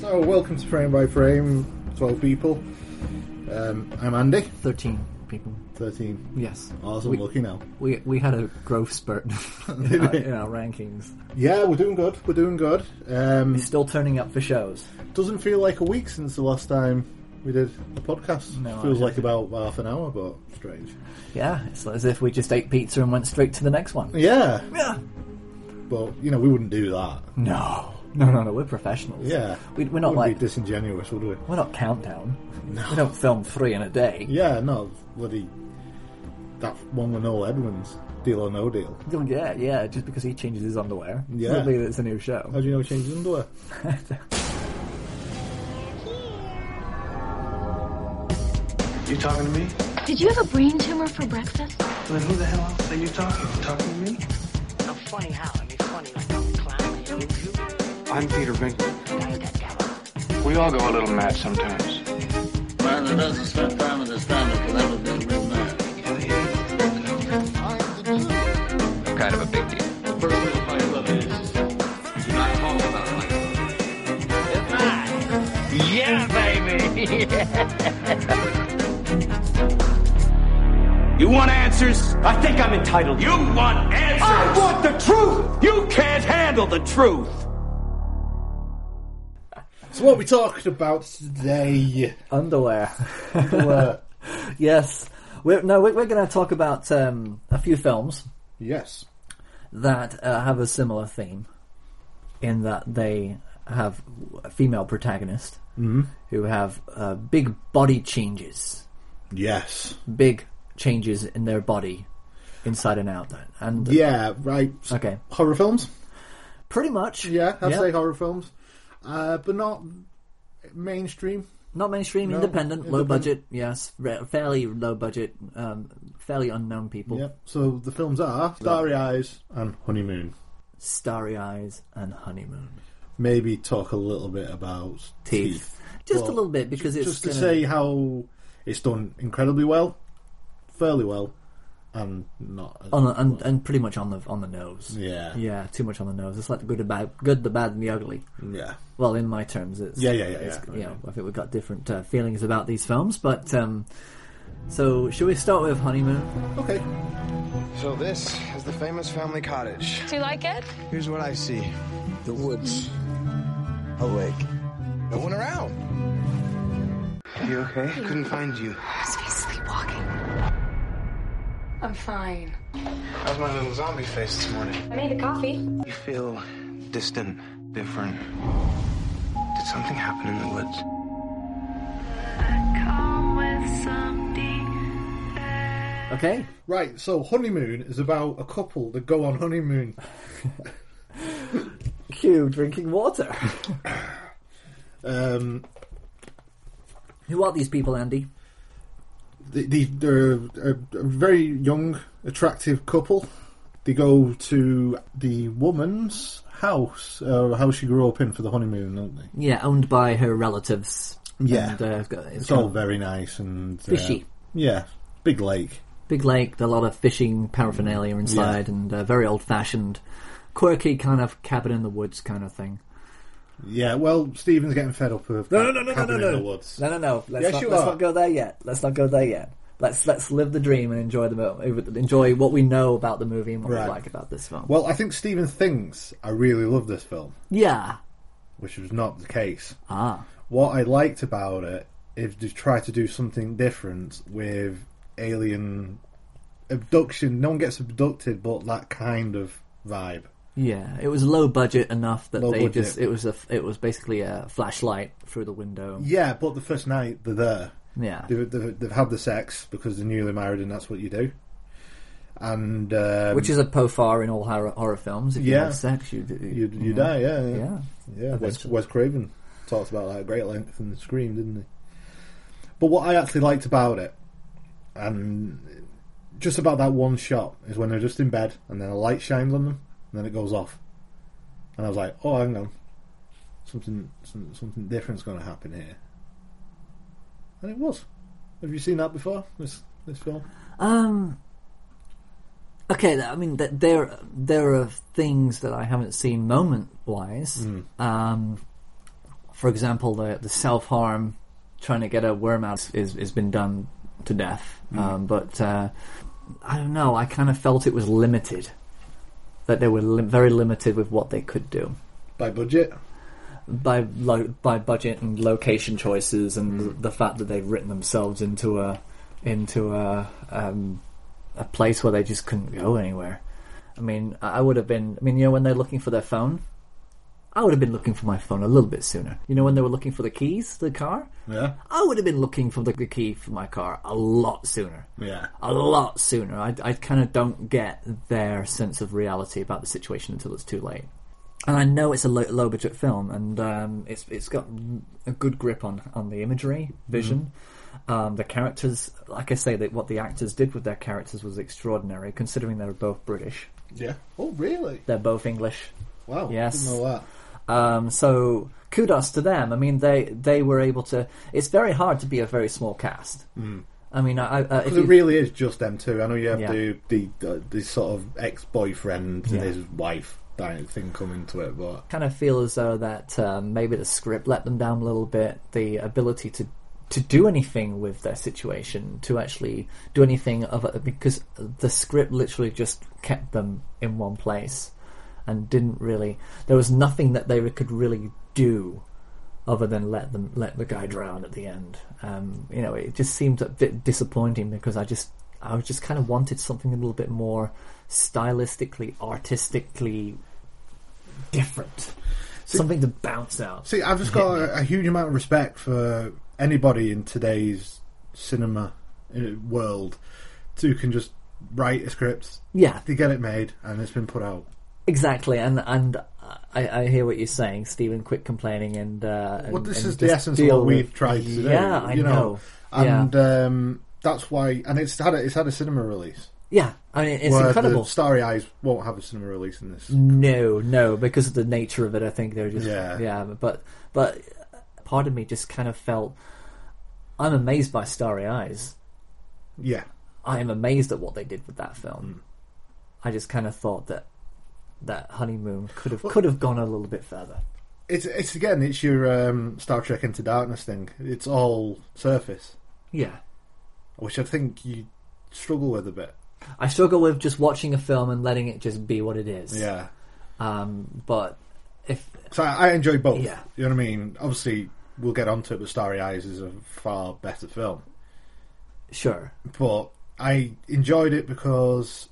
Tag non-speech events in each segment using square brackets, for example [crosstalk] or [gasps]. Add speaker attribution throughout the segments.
Speaker 1: So, welcome to Frame by Frame, 12 people. Um, I'm Andy,
Speaker 2: Thirteen people.
Speaker 1: 13.
Speaker 2: Yes.
Speaker 1: Awesome
Speaker 2: We-
Speaker 1: looking now.
Speaker 2: We we had a growth spurt [laughs] in, our, in our rankings.
Speaker 1: Yeah, we're doing good. We're doing good. Um,
Speaker 2: Still turning up for shows.
Speaker 1: doesn't feel like a week since the last time we did a podcast.
Speaker 2: No,
Speaker 1: Feels
Speaker 2: I-
Speaker 1: like about half an hour, but strange.
Speaker 2: Yeah, it's as if we just ate pizza and went straight to the next one.
Speaker 1: Yeah,
Speaker 2: Yeah.
Speaker 1: but, you know, we wouldn't do that.
Speaker 2: No. No, no, no. We're professionals.
Speaker 1: Yeah.
Speaker 2: We, we're
Speaker 1: wouldn't
Speaker 2: not like
Speaker 1: be disingenuous, would we?
Speaker 2: we're not countdown. We don't film three in a day.
Speaker 1: Yeah, no, bloody. That one with Noel Edmonds, deal or no deal.
Speaker 2: Yeah, yeah. just because he changes his underwear.
Speaker 1: Yeah.
Speaker 2: Doesn't mean it's a new show.
Speaker 1: How do you know he changed his underwear?
Speaker 3: You talking to me?
Speaker 4: Did you have a brain tumor for breakfast?
Speaker 3: Then who the hell else are you talking? You talking to me?
Speaker 5: I'm Oh, funny how? I mean, funny like I'm a clown. You, you
Speaker 6: I'm Peter Venkman.
Speaker 5: guys that devil.
Speaker 6: We all go a little mad sometimes.
Speaker 7: Man that doesn't spend time with his family can never be a real man.
Speaker 8: kind of a big deal.
Speaker 9: You want answers? I think I'm entitled. You want answers? I want the truth! You can't handle the truth!
Speaker 1: So, what we talked about [laughs] today
Speaker 2: Underwear.
Speaker 1: were.
Speaker 2: [laughs] yes. We're, no, we're, we're going to talk about um, a few films.
Speaker 1: yes.
Speaker 2: that uh, have a similar theme in that they have a female protagonist
Speaker 1: Mm-hmm.
Speaker 2: who have uh, big body changes,
Speaker 1: Yes.
Speaker 2: big changes in their body inside and out. And uh,
Speaker 1: Yeah, right. S-
Speaker 2: Okay.
Speaker 1: Horror films?
Speaker 2: pretty much,
Speaker 1: Yeah, I'd say horror films. Uh, but not mainstream.
Speaker 2: not mainstream,
Speaker 1: No,
Speaker 2: independent, low
Speaker 1: independent.
Speaker 2: budget, yes, re- fairly low budget, um, fairly unknown people,
Speaker 1: Yep. So the films are Starry Eyes and Honeymoon.
Speaker 2: starry eyes and honeymoon
Speaker 1: Maybe talk a little bit about
Speaker 2: teeth,
Speaker 1: teeth.
Speaker 2: just
Speaker 1: Well,
Speaker 2: a little bit because it's
Speaker 1: Just to
Speaker 2: gonna-
Speaker 1: say how it's done incredibly well, fairly well, and not.
Speaker 2: on the, and, and pretty much on the on the nose.
Speaker 1: Yeah.
Speaker 2: yeah, too much on the nose. It's like the good, the bad, good, the bad, and the ugly.
Speaker 1: yeah.
Speaker 2: Well, in my terms, it's
Speaker 1: Yeah, yeah, yeah,
Speaker 2: it's-
Speaker 1: yeah.
Speaker 2: You know, I think we've got different uh, feelings about these films, but um, so should we start with honeymoon?
Speaker 1: Okay.
Speaker 6: So this is the famous family cottage.
Speaker 4: Do you like it?
Speaker 6: Here's what I see. The woods. A lake. No one around. You okay? Couldn't find you.
Speaker 4: Must be sleepwalking. I'm fine.
Speaker 6: How's my little zombie face this morning?
Speaker 4: I made a coffee.
Speaker 6: You feel distant, different. Did something happen in the woods?
Speaker 2: Okay,
Speaker 1: Right. So Honeymoon is about a couple that go on honeymoon.
Speaker 2: cue drinking water.
Speaker 1: Um,
Speaker 2: [laughs] Who are these people, Andy?
Speaker 1: they, they, they're a, a very young, attractive couple. They go to the woman's house, uh, house she grew up in for the honeymoon, don't they?
Speaker 2: Yeah, owned by her relatives.
Speaker 1: Yeah.
Speaker 2: and, uh, it's got- it's
Speaker 1: It's all
Speaker 2: got
Speaker 1: very nice and uh,
Speaker 2: Fishy.
Speaker 1: yeah, big lake.
Speaker 2: big lake, a lot of fishing paraphernalia inside, and uh, very old-fashioned, quirky kind of cabin in the woods kind of thing.
Speaker 1: Yeah, well, Stephen's getting fed up of
Speaker 2: No, no, no, no,
Speaker 1: cabin
Speaker 2: no,
Speaker 1: in
Speaker 2: no.
Speaker 1: the woods.
Speaker 2: No, no, no. Let's,
Speaker 1: Yes,
Speaker 2: not,
Speaker 1: you
Speaker 2: let's
Speaker 1: are.
Speaker 2: not go there yet. Let's not go there yet. Let's let's live the dream and enjoy the mo- enjoy what we know about the movie and what
Speaker 1: Right.
Speaker 2: we like about this film.
Speaker 1: Well, I think Stephen thinks I really love this film,
Speaker 2: yeah.
Speaker 1: which was not the case.
Speaker 2: Ah.
Speaker 1: What I liked about it is they try to do something different with alien abduction. No one gets abducted, but that kind of vibe.
Speaker 2: Yeah, it was low budget enough that
Speaker 1: Low
Speaker 2: they
Speaker 1: budget.
Speaker 2: just it was a it was basically a flashlight through the window.
Speaker 1: Yeah, but the first night they're there.
Speaker 2: Yeah.
Speaker 1: They've, they've, they've had the sex because they're newly married and that's what you do. And um,
Speaker 2: Which is a profar in all horror, horror films. If you
Speaker 1: Yeah.
Speaker 2: have sex, you,
Speaker 1: you,
Speaker 2: you,
Speaker 1: you die, yeah, yeah.
Speaker 2: Yeah.
Speaker 1: Yeah, Wes,
Speaker 2: Eventually.
Speaker 1: Wes Craven talked about that at great length in Scream, didn't he? But what I actually liked about it, and just about that one shot, is when they're just in bed and then a light shines on them and then it goes off. And I was like, oh, hang on. Something, some, something different's going to happen here. And it was. Have you seen that before? This this film?
Speaker 2: Um. Okay, th- I mean, th- there there are things that I haven't seen moment wise. Um, for example, the the self harm, trying to get a worm out is has been done to death. Um, but uh, I don't know. I kind of felt it was limited, that they were lim- very limited with what they could do
Speaker 1: By budget,
Speaker 2: by lo- by budget and location choices, and th- the fact that they've written themselves into a into a um, a place where they just couldn't go anywhere. I mean, I I would have been. I mean, you know, when they're looking for their phone, I would have been looking for my phone a little bit sooner. You know, when they were looking for the keys to the car,
Speaker 1: yeah,
Speaker 2: I would have been looking for the, the key for my car a lot sooner.
Speaker 1: yeah,
Speaker 2: A lot sooner. I, I kind of don't get their sense of reality about the situation until it's too late. And I know it's a low, low budget film, and um, it's it's got a good grip on, on the imagery, vision, um, the characters. Like I say, that what the actors did with their characters was extraordinary, considering they're both British.
Speaker 1: yeah. Oh, really?
Speaker 2: They're both English.
Speaker 1: Wow.
Speaker 2: Yes.
Speaker 1: Didn't know that.
Speaker 2: Um, so kudos to them. I mean, they they were able to. It's very hard to be a very small cast. Mm. I mean, I, I, uh, if
Speaker 1: Because it
Speaker 2: you-
Speaker 1: really is just them two. I know you have
Speaker 2: Yeah.
Speaker 1: the, the the the sort of ex boyfriend
Speaker 2: Yeah.
Speaker 1: and his wife dying thing come into it, but
Speaker 2: kind of feel as though that um, maybe the script let them down a little bit. The ability to to do anything with their situation, to actually do anything of it, because the script literally just kept them in one place and didn't really. There was nothing that they could really do other than let them let the guy drown at the end. Um, you know, it just seemed a bit disappointing because I just I just kind of wanted something a little bit more stylistically, artistically different. Something to bounce out.
Speaker 1: see, I've just got a, a huge amount of respect for anybody in today's cinema uh, world who can just write a script,
Speaker 2: yeah,
Speaker 1: they get it made, and it's been put out.
Speaker 2: exactly. And and I, I hear what you're saying, Stephen. Quit complaining and. Uh, and
Speaker 1: Well, this
Speaker 2: and
Speaker 1: is the
Speaker 2: just
Speaker 1: essence of
Speaker 2: deal
Speaker 1: what we've
Speaker 2: with-
Speaker 1: tried to do.
Speaker 2: Yeah, I
Speaker 1: you know,
Speaker 2: know. Yeah.
Speaker 1: and um, that's why. And it's had a, it's had a cinema release.
Speaker 2: Yeah, I mean it's
Speaker 1: where
Speaker 2: incredible. Mm.
Speaker 1: The Starry Eyes won't have a cinema release in this.
Speaker 2: No, no, because of the nature of it, I think they're just yeah,
Speaker 1: Yeah.
Speaker 2: But but part of me just kind of felt I'm amazed by Starry Eyes.
Speaker 1: Yeah,
Speaker 2: I am amazed at what they did with that film. I just kind of thought that that honeymoon could have could have gone a little bit further.
Speaker 1: it's it's again it's your um, Star Trek Into Darkness thing. It's all surface,
Speaker 2: Yeah,
Speaker 1: which I think you struggle with a bit.
Speaker 2: I struggle with just watching a film and letting it just be what it is.
Speaker 1: Yeah,
Speaker 2: Um, but if
Speaker 1: so I, I enjoy both.
Speaker 2: Yeah.
Speaker 1: you know what I mean. Obviously, we'll get onto it, but Starry Eyes is a far better film.
Speaker 2: sure,
Speaker 1: But I enjoyed it because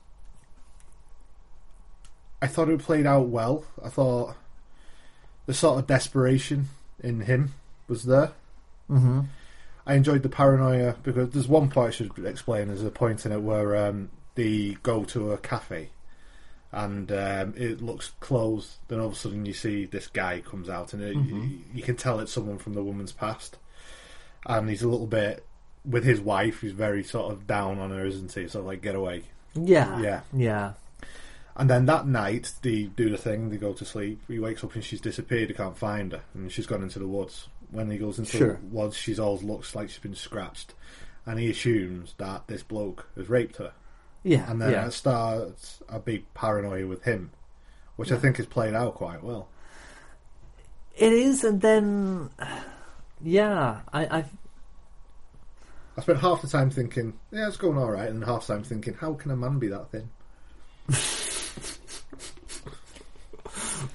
Speaker 1: I thought it played out well. I thought the sort of desperation in him was there.
Speaker 2: hmm
Speaker 1: I enjoyed the paranoia because there's one part I should explain. There's a point in it where um, they go to a cafe and um, it looks closed. Then all of a sudden you see this guy comes out and it, you, you can tell it's someone from the woman's past. And he's a little bit with his wife. He's very sort of down on her, isn't he? So like, get away.
Speaker 2: yeah,
Speaker 1: Yeah.
Speaker 2: yeah,
Speaker 1: And then that night they do the thing. They go to sleep. He wakes up and she's disappeared. He can't find her, and she's gone into the woods. When he goes into
Speaker 2: Sure.
Speaker 1: the woods, she's all looks like she's been scratched, and he assumes that this bloke has raped her.
Speaker 2: yeah,
Speaker 1: And then
Speaker 2: yeah.
Speaker 1: it starts a big paranoia with him, which I think is played out quite well.
Speaker 2: It is, and then yeah, I, I
Speaker 1: I spent half the time thinking, "Yeah, it's going all right," and half the time thinking, "How can a man be that thin?"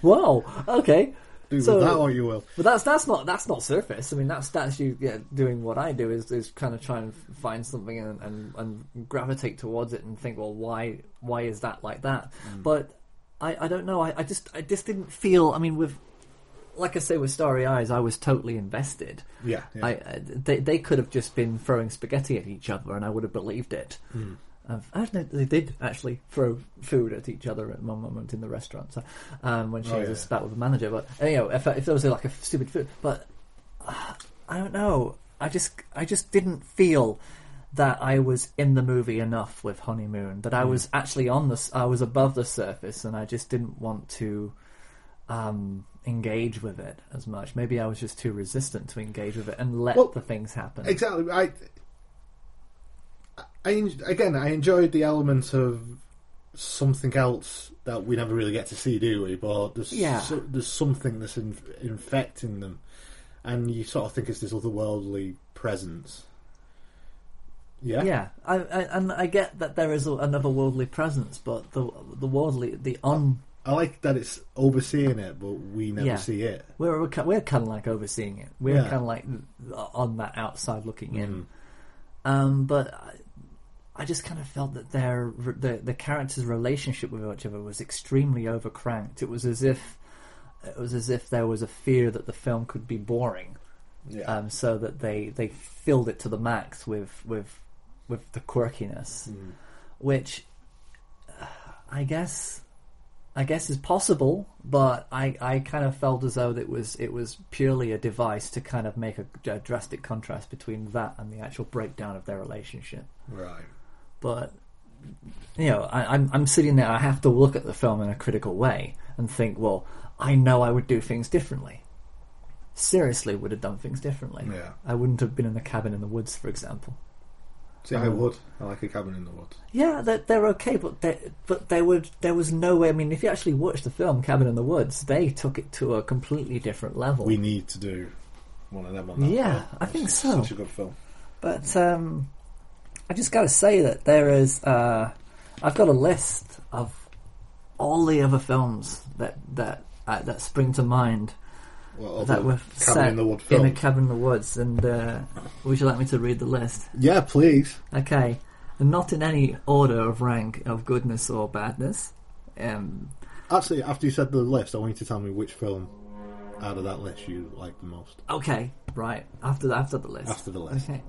Speaker 2: Whoa. Okay.
Speaker 1: Do
Speaker 2: So-
Speaker 1: with that what you will.
Speaker 2: But that's that's not that's not surface. I mean, that's that's you yeah, doing what I do is is kind of try and find something and, and and gravitate towards it and think, well, why why is that like that?
Speaker 1: Mm.
Speaker 2: But I I don't know. I, I just I just didn't feel. I mean, with like I say with Starry Eyes, I was totally invested.
Speaker 1: Yeah, yeah.
Speaker 2: I, I they they could have just been throwing spaghetti at each other, and I would have believed it.
Speaker 1: Hmm.
Speaker 2: I've- I don't know. They did actually throw food at each other at one moment in the restaurant. So um, when she
Speaker 1: Oh,
Speaker 2: was
Speaker 1: yeah.
Speaker 2: a spat with the manager, but anyway, if, if there was like a stupid food, but uh, I don't know. I just I just didn't feel that I was in the movie enough with honeymoon. That
Speaker 1: Hmm.
Speaker 2: I was actually on the s- I was above the surface, and I just didn't want to um, engage with it as much. Maybe I was just too resistant to engage with it and let
Speaker 1: Well,
Speaker 2: the things happen.
Speaker 1: Exactly. I, I en- again, I enjoyed the element of something else that we never really get to see, do we? But there's
Speaker 2: Yeah.
Speaker 1: so, there's something that's in, infecting them, and you sort of think it's this otherworldly presence. Yeah,
Speaker 2: Yeah, I, I, and I get that there is a, another worldly presence, but the the worldly, the on,
Speaker 1: I like that it's overseeing it, but we never
Speaker 2: Yeah.
Speaker 1: see it.
Speaker 2: we're we're, ki- we're kind of like overseeing it. We're
Speaker 1: Yeah. Mm-hmm.
Speaker 2: kind of like on that outside looking in. Um, but I, I just kind of felt that their the the characters' relationship with each other was extremely overcranked. It was as if it was as if there was a fear that the film could be boring.
Speaker 1: Yeah,
Speaker 2: um, so that they, they filled it to the max with with with the quirkiness,
Speaker 1: Mm-hmm.
Speaker 2: which uh, I guess I guess is possible, but I, I kind of felt as though that it was it was purely a device to kind of make a, a drastic contrast between that and the actual breakdown of their relationship.
Speaker 1: right.
Speaker 2: But you know, I, I'm I'm sitting there. I have to look at the film in a critical way and think, well, I know I would do things differently. Seriously, would have done things differently.
Speaker 1: Yeah.
Speaker 2: I wouldn't have been in the cabin in the woods, for example.
Speaker 1: See, I would. Um, I like a cabin in the woods.
Speaker 2: Yeah, they're, they're okay, but they, but they would. There was no way. I mean, if you actually watch the film Cabin in the Woods, they took it to a completely different level.
Speaker 1: We need to do one of them on that.
Speaker 2: Yeah,
Speaker 1: film.
Speaker 2: I think
Speaker 1: It's
Speaker 2: so.
Speaker 1: Such a good film.
Speaker 2: But um, I just got to say that there is. Uh, I've got a list of all the other films that that uh, that spring to mind
Speaker 1: Well, other
Speaker 2: that were
Speaker 1: cabin
Speaker 2: set
Speaker 1: in the wood
Speaker 2: in a
Speaker 1: film.
Speaker 2: cabin in the woods. And uh, would you like me to read the list?
Speaker 1: yeah, please.
Speaker 2: Okay, and not in any order of rank of goodness or badness. Um,
Speaker 1: Actually, after you said the list, I want you to tell me which film out of that list you like the most.
Speaker 2: okay, right after the, after the list.
Speaker 1: After the list.
Speaker 2: Okay.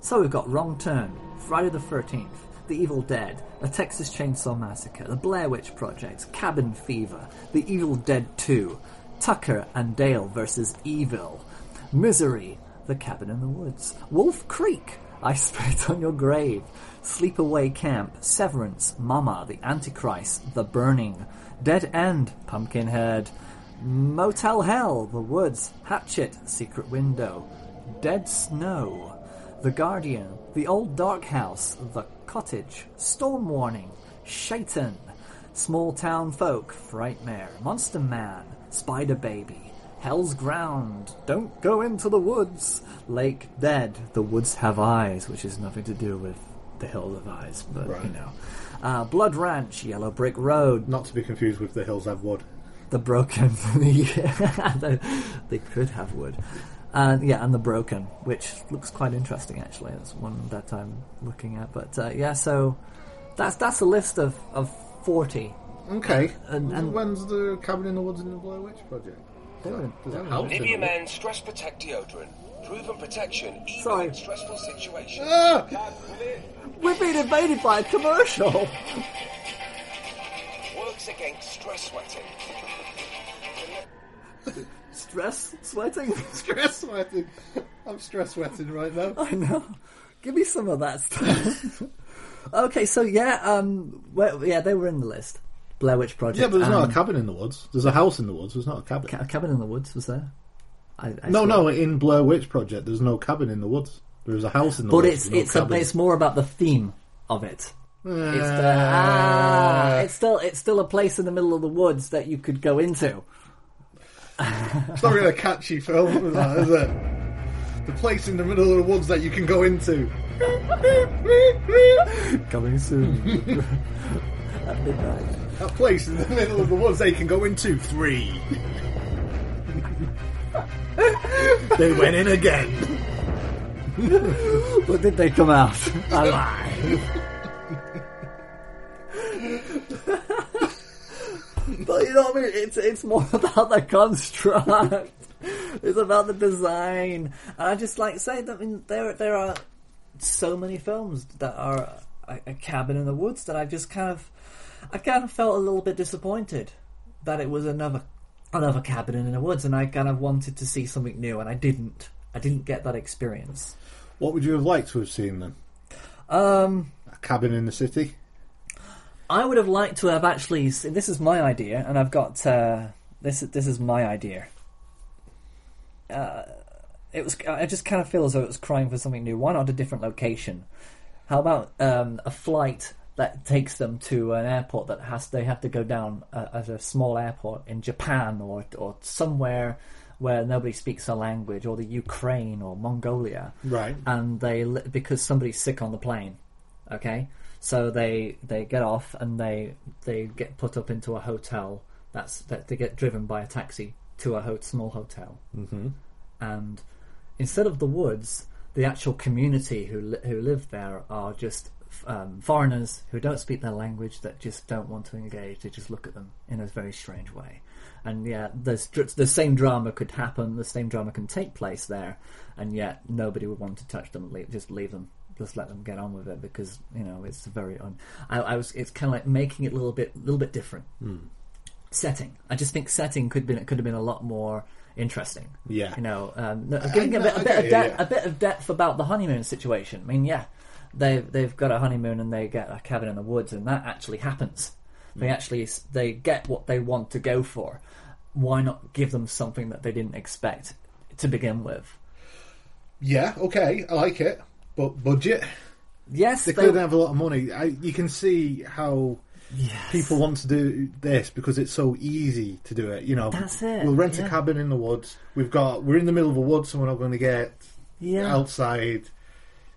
Speaker 2: So we've got Wrong Turn, Friday the 13th, The Evil Dead, A Texas Chainsaw Massacre, The Blair Witch Project, Cabin Fever, The Evil Dead 2, Tucker and Dale versus Evil, Misery, The Cabin in the Woods, Wolf Creek, [laughs] I Spit on Your Grave, Sleepaway Camp, Severance, Mama, The Antichrist, The Burning, Dead End, Pumpkinhead, Motel Hell, The Woods, Hatchet, Secret Window, Dead Snow, the Guardian, The Old Dark House, The Cottage, Storm Warning, Shaitan, Small Town Folk, Frightmare, Monster Man, Spider Baby, Hell's Ground, Don't Go Into the Woods, Lake Dead, The Woods Have Eyes, which is nothing to do with The Hills Have Eyes, but you
Speaker 1: Right.
Speaker 2: know. Uh, Blood Ranch, Yellow Brick Road,
Speaker 1: Not to be confused with The Hills Have Wood.
Speaker 2: the broken [laughs] the, they could have wood and yeah and the broken which looks quite interesting actually it's one that i'm looking at but uh, yeah so that's that's a list of, of 40
Speaker 1: Okay.
Speaker 2: And- and-
Speaker 1: when's the Cabin in the Woods and the Blair Witch project? Does that, does that help?
Speaker 10: Nibiaman Stress Protect Deodorant. Proven protection even
Speaker 2: Sorry.
Speaker 10: in stressful situations.
Speaker 1: Ah!
Speaker 2: we're being invaded by a commercial
Speaker 10: Works against stress sweating.
Speaker 2: stress sweating [laughs]
Speaker 1: Stress sweating. I'm stress sweating right
Speaker 2: [laughs]
Speaker 1: now.
Speaker 2: I know. Give me some of that stuff. [laughs] okay, so yeah, um, well, yeah, they were in the list. Blair Witch Project.
Speaker 1: Yeah, but there's not
Speaker 2: and
Speaker 1: a cabin in the woods. There's a house in the woods. There's not a cabin.
Speaker 2: Um, Ca- Cabin in the Woods was there. I, I
Speaker 1: no,
Speaker 2: saw-
Speaker 1: no, in Blair Witch Project, there's no cabin in the woods. There's a house in the
Speaker 2: But it's
Speaker 1: woods.
Speaker 2: it's a, it's more about the theme of it.
Speaker 1: it's,
Speaker 2: It's, the, ah, it's still it's still a place in the middle of the woods that you could go into.
Speaker 1: It's not really a catchy film, that, is it? The place in the middle of the woods that you can go into.
Speaker 2: [laughs] Coming soon. [laughs] At midnight.
Speaker 1: A place in the middle of the woods that you can go into. Three. they went in again.
Speaker 2: But did they come out alive? but you know what I mean? It's it's more [laughs] about the construct. It's about the design. And I just like say that I mean, there there are so many films that are a, a cabin in the woods that I just kind of I kind of felt a little bit disappointed that it was another another cabin in the woods, and I kind of wanted to see something new, and I didn't. I didn't get that experience.
Speaker 1: What would you have liked to have seen then?
Speaker 2: Um.
Speaker 1: A cabin in the city?
Speaker 2: I would have liked to have actually. This is my idea, and I've got uh, this. This is my idea. Uh, it was. I just kind of feel as though it was crying for something new. Why not a different location? How about um, a flight that takes them to an airport that has they have to go down uh, as a small airport in Japan or or somewhere where nobody speaks the language or the Ukraine or Mongolia
Speaker 1: Right.
Speaker 2: and they li- because somebody's sick on the plane okay so they they get off and they they get put up into a hotel that's that they get driven by a taxi to a ho- small hotel mm-hmm. and instead of the woods the actual community who li- who live there are just um, foreigners who don't speak their language that just don't want to engage they just look at them in a very strange way and yeah there's dr- the same drama could happen the same drama can take place there and yet nobody would want to touch them leave, just leave them just let them get on with it because you know it's very un- I, I was it's kind of like making it a little bit little bit different setting I just think setting could been could have been a lot more interesting
Speaker 1: Yeah.
Speaker 2: you know um, no, giving a
Speaker 1: no,
Speaker 2: bit,
Speaker 1: I get
Speaker 2: a, bit of
Speaker 1: you,
Speaker 2: depth,
Speaker 1: yeah.
Speaker 2: a bit of depth about the honeymoon situation I mean yeah they they've got a honeymoon and they get a cabin in the woods and that actually happens they
Speaker 1: Mm.
Speaker 2: actually s- they get what they want to go for why not give them something that they didn't expect to begin with
Speaker 1: Yeah, okay, I like it. But budget.
Speaker 2: yes
Speaker 1: They
Speaker 2: they-
Speaker 1: clearly have a lot of money. I, you can see how
Speaker 2: Yes.
Speaker 1: people want to do this because it's so easy to do it. You know,
Speaker 2: That's it,
Speaker 1: We'll rent a
Speaker 2: yeah.
Speaker 1: cabin in the woods. We've got we're in the middle of a wood, so we're not going to get
Speaker 2: yeah
Speaker 1: outside.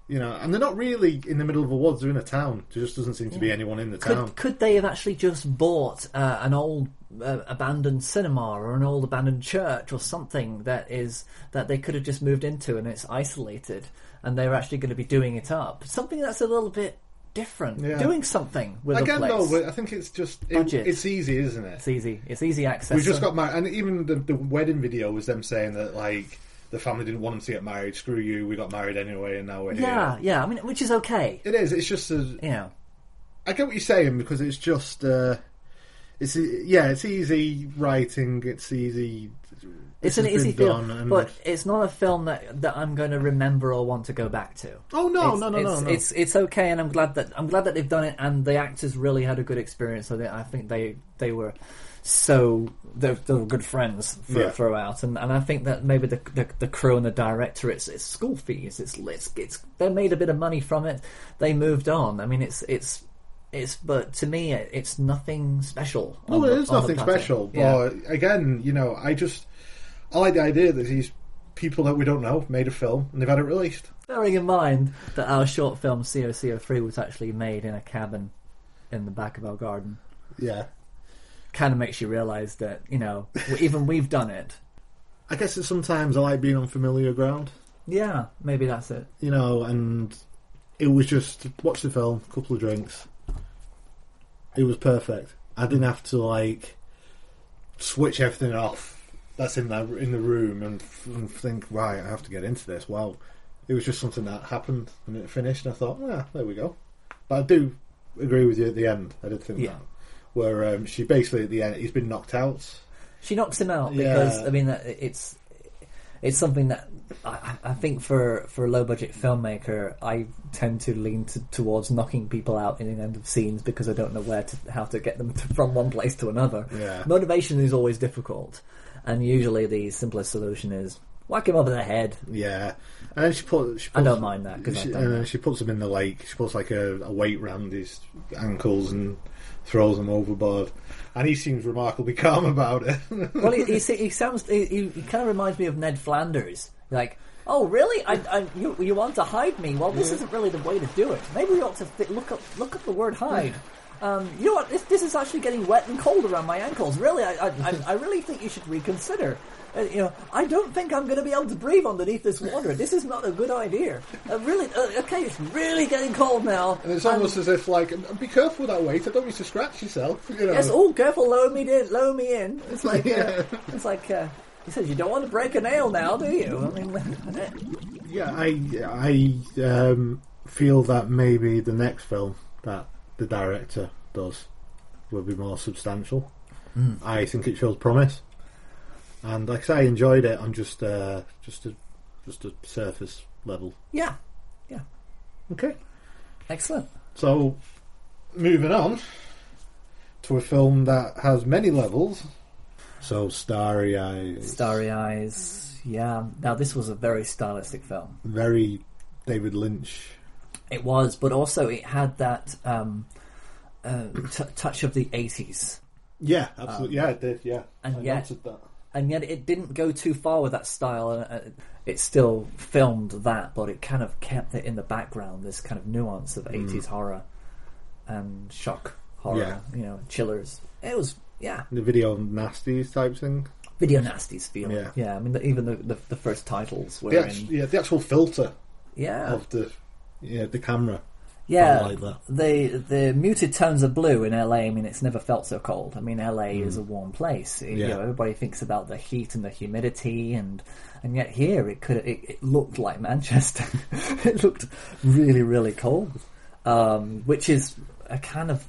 Speaker 1: You know, and they're not really in the middle of a woods. They're in a town. There just doesn't seem to be anyone in the town.
Speaker 2: Could, could they have actually just bought uh, an old uh, abandoned cinema or an old abandoned church or something that is that they could have just moved into and it's isolated and they're actually going to be doing it up? Something that's a little bit different.
Speaker 1: Yeah.
Speaker 2: Doing something with
Speaker 1: Again,
Speaker 2: a place.
Speaker 1: though, but I think it's just it,
Speaker 2: Budget.
Speaker 1: it's easy, isn't it?
Speaker 2: it's easy. It's easy access.
Speaker 1: We've just
Speaker 2: So-
Speaker 1: got married, and even the, the wedding video was them saying that like the family didn't want them to get married. Screw you, we got married anyway, and now we're
Speaker 2: yeah,
Speaker 1: here.
Speaker 2: yeah. I mean, which is okay.
Speaker 1: It is. It's just a,
Speaker 2: You know,
Speaker 1: I get what you're saying because it's just uh, it's e, yeah, it's easy writing. It's easy.
Speaker 2: it's
Speaker 1: this
Speaker 2: an
Speaker 1: has
Speaker 2: easy
Speaker 1: been
Speaker 2: film,
Speaker 1: done and-
Speaker 2: but it's not a film that that I'm going to remember or want to go back to.
Speaker 1: oh no,
Speaker 2: it's,
Speaker 1: no, no,
Speaker 2: it's,
Speaker 1: no, no.
Speaker 2: It's it's okay, and I'm glad that I'm glad that they've done it, and the actors really had a good experience. So they, I think they they were so they, they were good friends for,
Speaker 1: Yeah.
Speaker 2: throughout, and, and I think that maybe the, the the crew and the director, it's it's school fees, it's it's, it's they made a bit of money from it. They moved on. I mean, it's it's. It's, but to me, it, it's nothing special.
Speaker 1: no,
Speaker 2: on
Speaker 1: it
Speaker 2: the-
Speaker 1: is
Speaker 2: on the
Speaker 1: nothing
Speaker 2: platter.
Speaker 1: special.
Speaker 2: Yeah.
Speaker 1: But again, you know, I just I like the idea that these people that we don't know made a film and they've had it released.
Speaker 2: Bearing in mind that our short film COCO3 was actually made in a cabin in the back of our garden.
Speaker 1: Yeah,
Speaker 2: kind of makes you realize that you know w- even we've done it
Speaker 1: I guess it's sometimes I like being on familiar ground.
Speaker 2: yeah maybe that's it
Speaker 1: you know, and it was just watch the film, couple of drinks. It was perfect. I didn't have to like switch everything off that's in that in the room and, and think right. I have to get into this. Well, it was just something that happened and it finished, and I thought, yeah, there we go. But I do agree with you at the end. I did think
Speaker 2: Yeah.
Speaker 1: that where um, she basically at the end he's been knocked out.
Speaker 2: she knocks him out
Speaker 1: Yeah.
Speaker 2: because i mean that- it's it's something that I, I I think for for a low budget filmmaker i tend to lean to, towards knocking people out in the end of scenes because i don't know where to how to get them to, from one place to another
Speaker 1: Yeah.
Speaker 2: motivation is always difficult and usually the simplest solution is whack him over the head
Speaker 1: Yeah, and then she put. She
Speaker 2: I
Speaker 1: puts-
Speaker 2: don't mind that, 'cause I've
Speaker 1: she-
Speaker 2: done
Speaker 1: and then
Speaker 2: that.
Speaker 1: she puts him in the lake. She puts like a, a weight round his ankles and throws him overboard. And he seems remarkably [laughs] calm about it.
Speaker 2: [laughs] Well, he, he, se- he sounds. He, he, he kind of reminds me of Ned Flanders. Like, oh, really? I, I, you, you want to hide me? Well, this isn't really the way to do it. Maybe we ought to th- look up look up the word hide. Um, you know what? This, this is actually getting wet and cold around my ankles. Really, I, I, I, I really think you should reconsider. Uh, you know, I don't think I'm going to be able to breathe underneath this water. This is not a good idea. Uh, really, uh, okay, it's really getting cold now.
Speaker 1: and it's almost as if like, "And be careful with that weight. I don't want you to scratch yourself. You know?
Speaker 2: Yes, oh, careful, lower me in, lower me in.
Speaker 1: [laughs]
Speaker 2: It's like,
Speaker 1: Yeah.
Speaker 2: uh, it's like, uh, he says, you don't want to break a nail now, do you? I mean, [laughs]
Speaker 1: Yeah, I I um, feel that maybe the next film that the director does will be more substantial. I think it shows promise, and like I say, I enjoyed it on just uh, just a just a surface level.
Speaker 2: yeah,
Speaker 1: Okay.
Speaker 2: excellent.
Speaker 1: So, moving on to a film that has many levels. So, Starry Eyes.
Speaker 2: Starry Eyes, yeah. Now, this was a very stylistic film.
Speaker 1: Very David Lynch.
Speaker 2: It was, but also it had that um, um, t- touch of the eighties,
Speaker 1: Yeah, absolutely. yeah, it did. Yeah,
Speaker 2: and
Speaker 1: I
Speaker 2: yet-
Speaker 1: noted that.
Speaker 2: and yet it didn't go too far with that style. And uh, it still filmed that, but it kind of kept it in the background. This kind of nuance of eighties horror and shock horror, you know, chillers. It was yeah,
Speaker 1: The video nasties type thing.
Speaker 2: video nasties feeling. Yeah,
Speaker 1: Yeah.
Speaker 2: I mean, the, even the, the the first titles were
Speaker 1: The
Speaker 2: in
Speaker 1: actual, yeah, the actual filter
Speaker 2: yeah
Speaker 1: of the yeah the camera.
Speaker 2: Yeah,
Speaker 1: Felt like
Speaker 2: the the muted tones of blue in LA. I mean, it's never felt so cold. I mean, LA is a warm place. You
Speaker 1: Mm. Yeah.
Speaker 2: know, everybody thinks about the heat and the humidity, and and yet here it could it, it looked like Manchester. [laughs] it looked really really cold, um, which is a kind of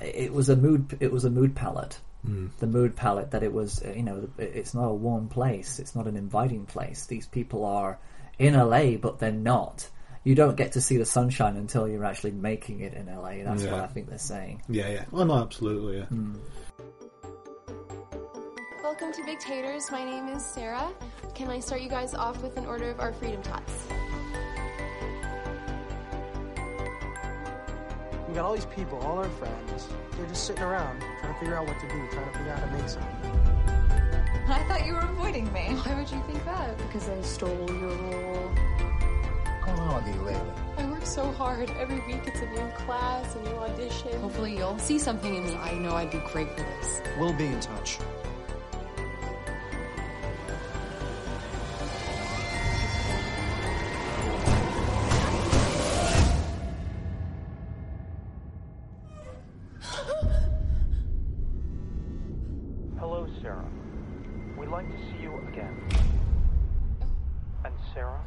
Speaker 2: it was a mood it was a mood palette. The mood palette that it was, you know, it's not a warm place. It's not an inviting place. These people are in LA, but they're not you don't get to see the sunshine until you're actually making it in LA. That's what
Speaker 1: Yeah.
Speaker 2: I think they're saying.
Speaker 1: Yeah, yeah. Oh no, absolutely. Yeah.
Speaker 11: Welcome to Big Taters. My name is Sarah. Can I start you guys off with an order of our freedom tots?
Speaker 12: We got all these people, all our friends. They're just sitting around trying to figure out what to do, trying to figure out how to make something.
Speaker 13: I thought you were avoiding me.
Speaker 11: Why would you think that?
Speaker 13: Because I stole your role.
Speaker 12: What's going on with you lately?
Speaker 11: I work so hard. Every week it's a new class, a new audition.
Speaker 13: Hopefully you'll see something in me. I know I'd be great for this.
Speaker 12: We'll be in touch.
Speaker 14: Hello, Sarah. We'd like to see you again. And Sarah,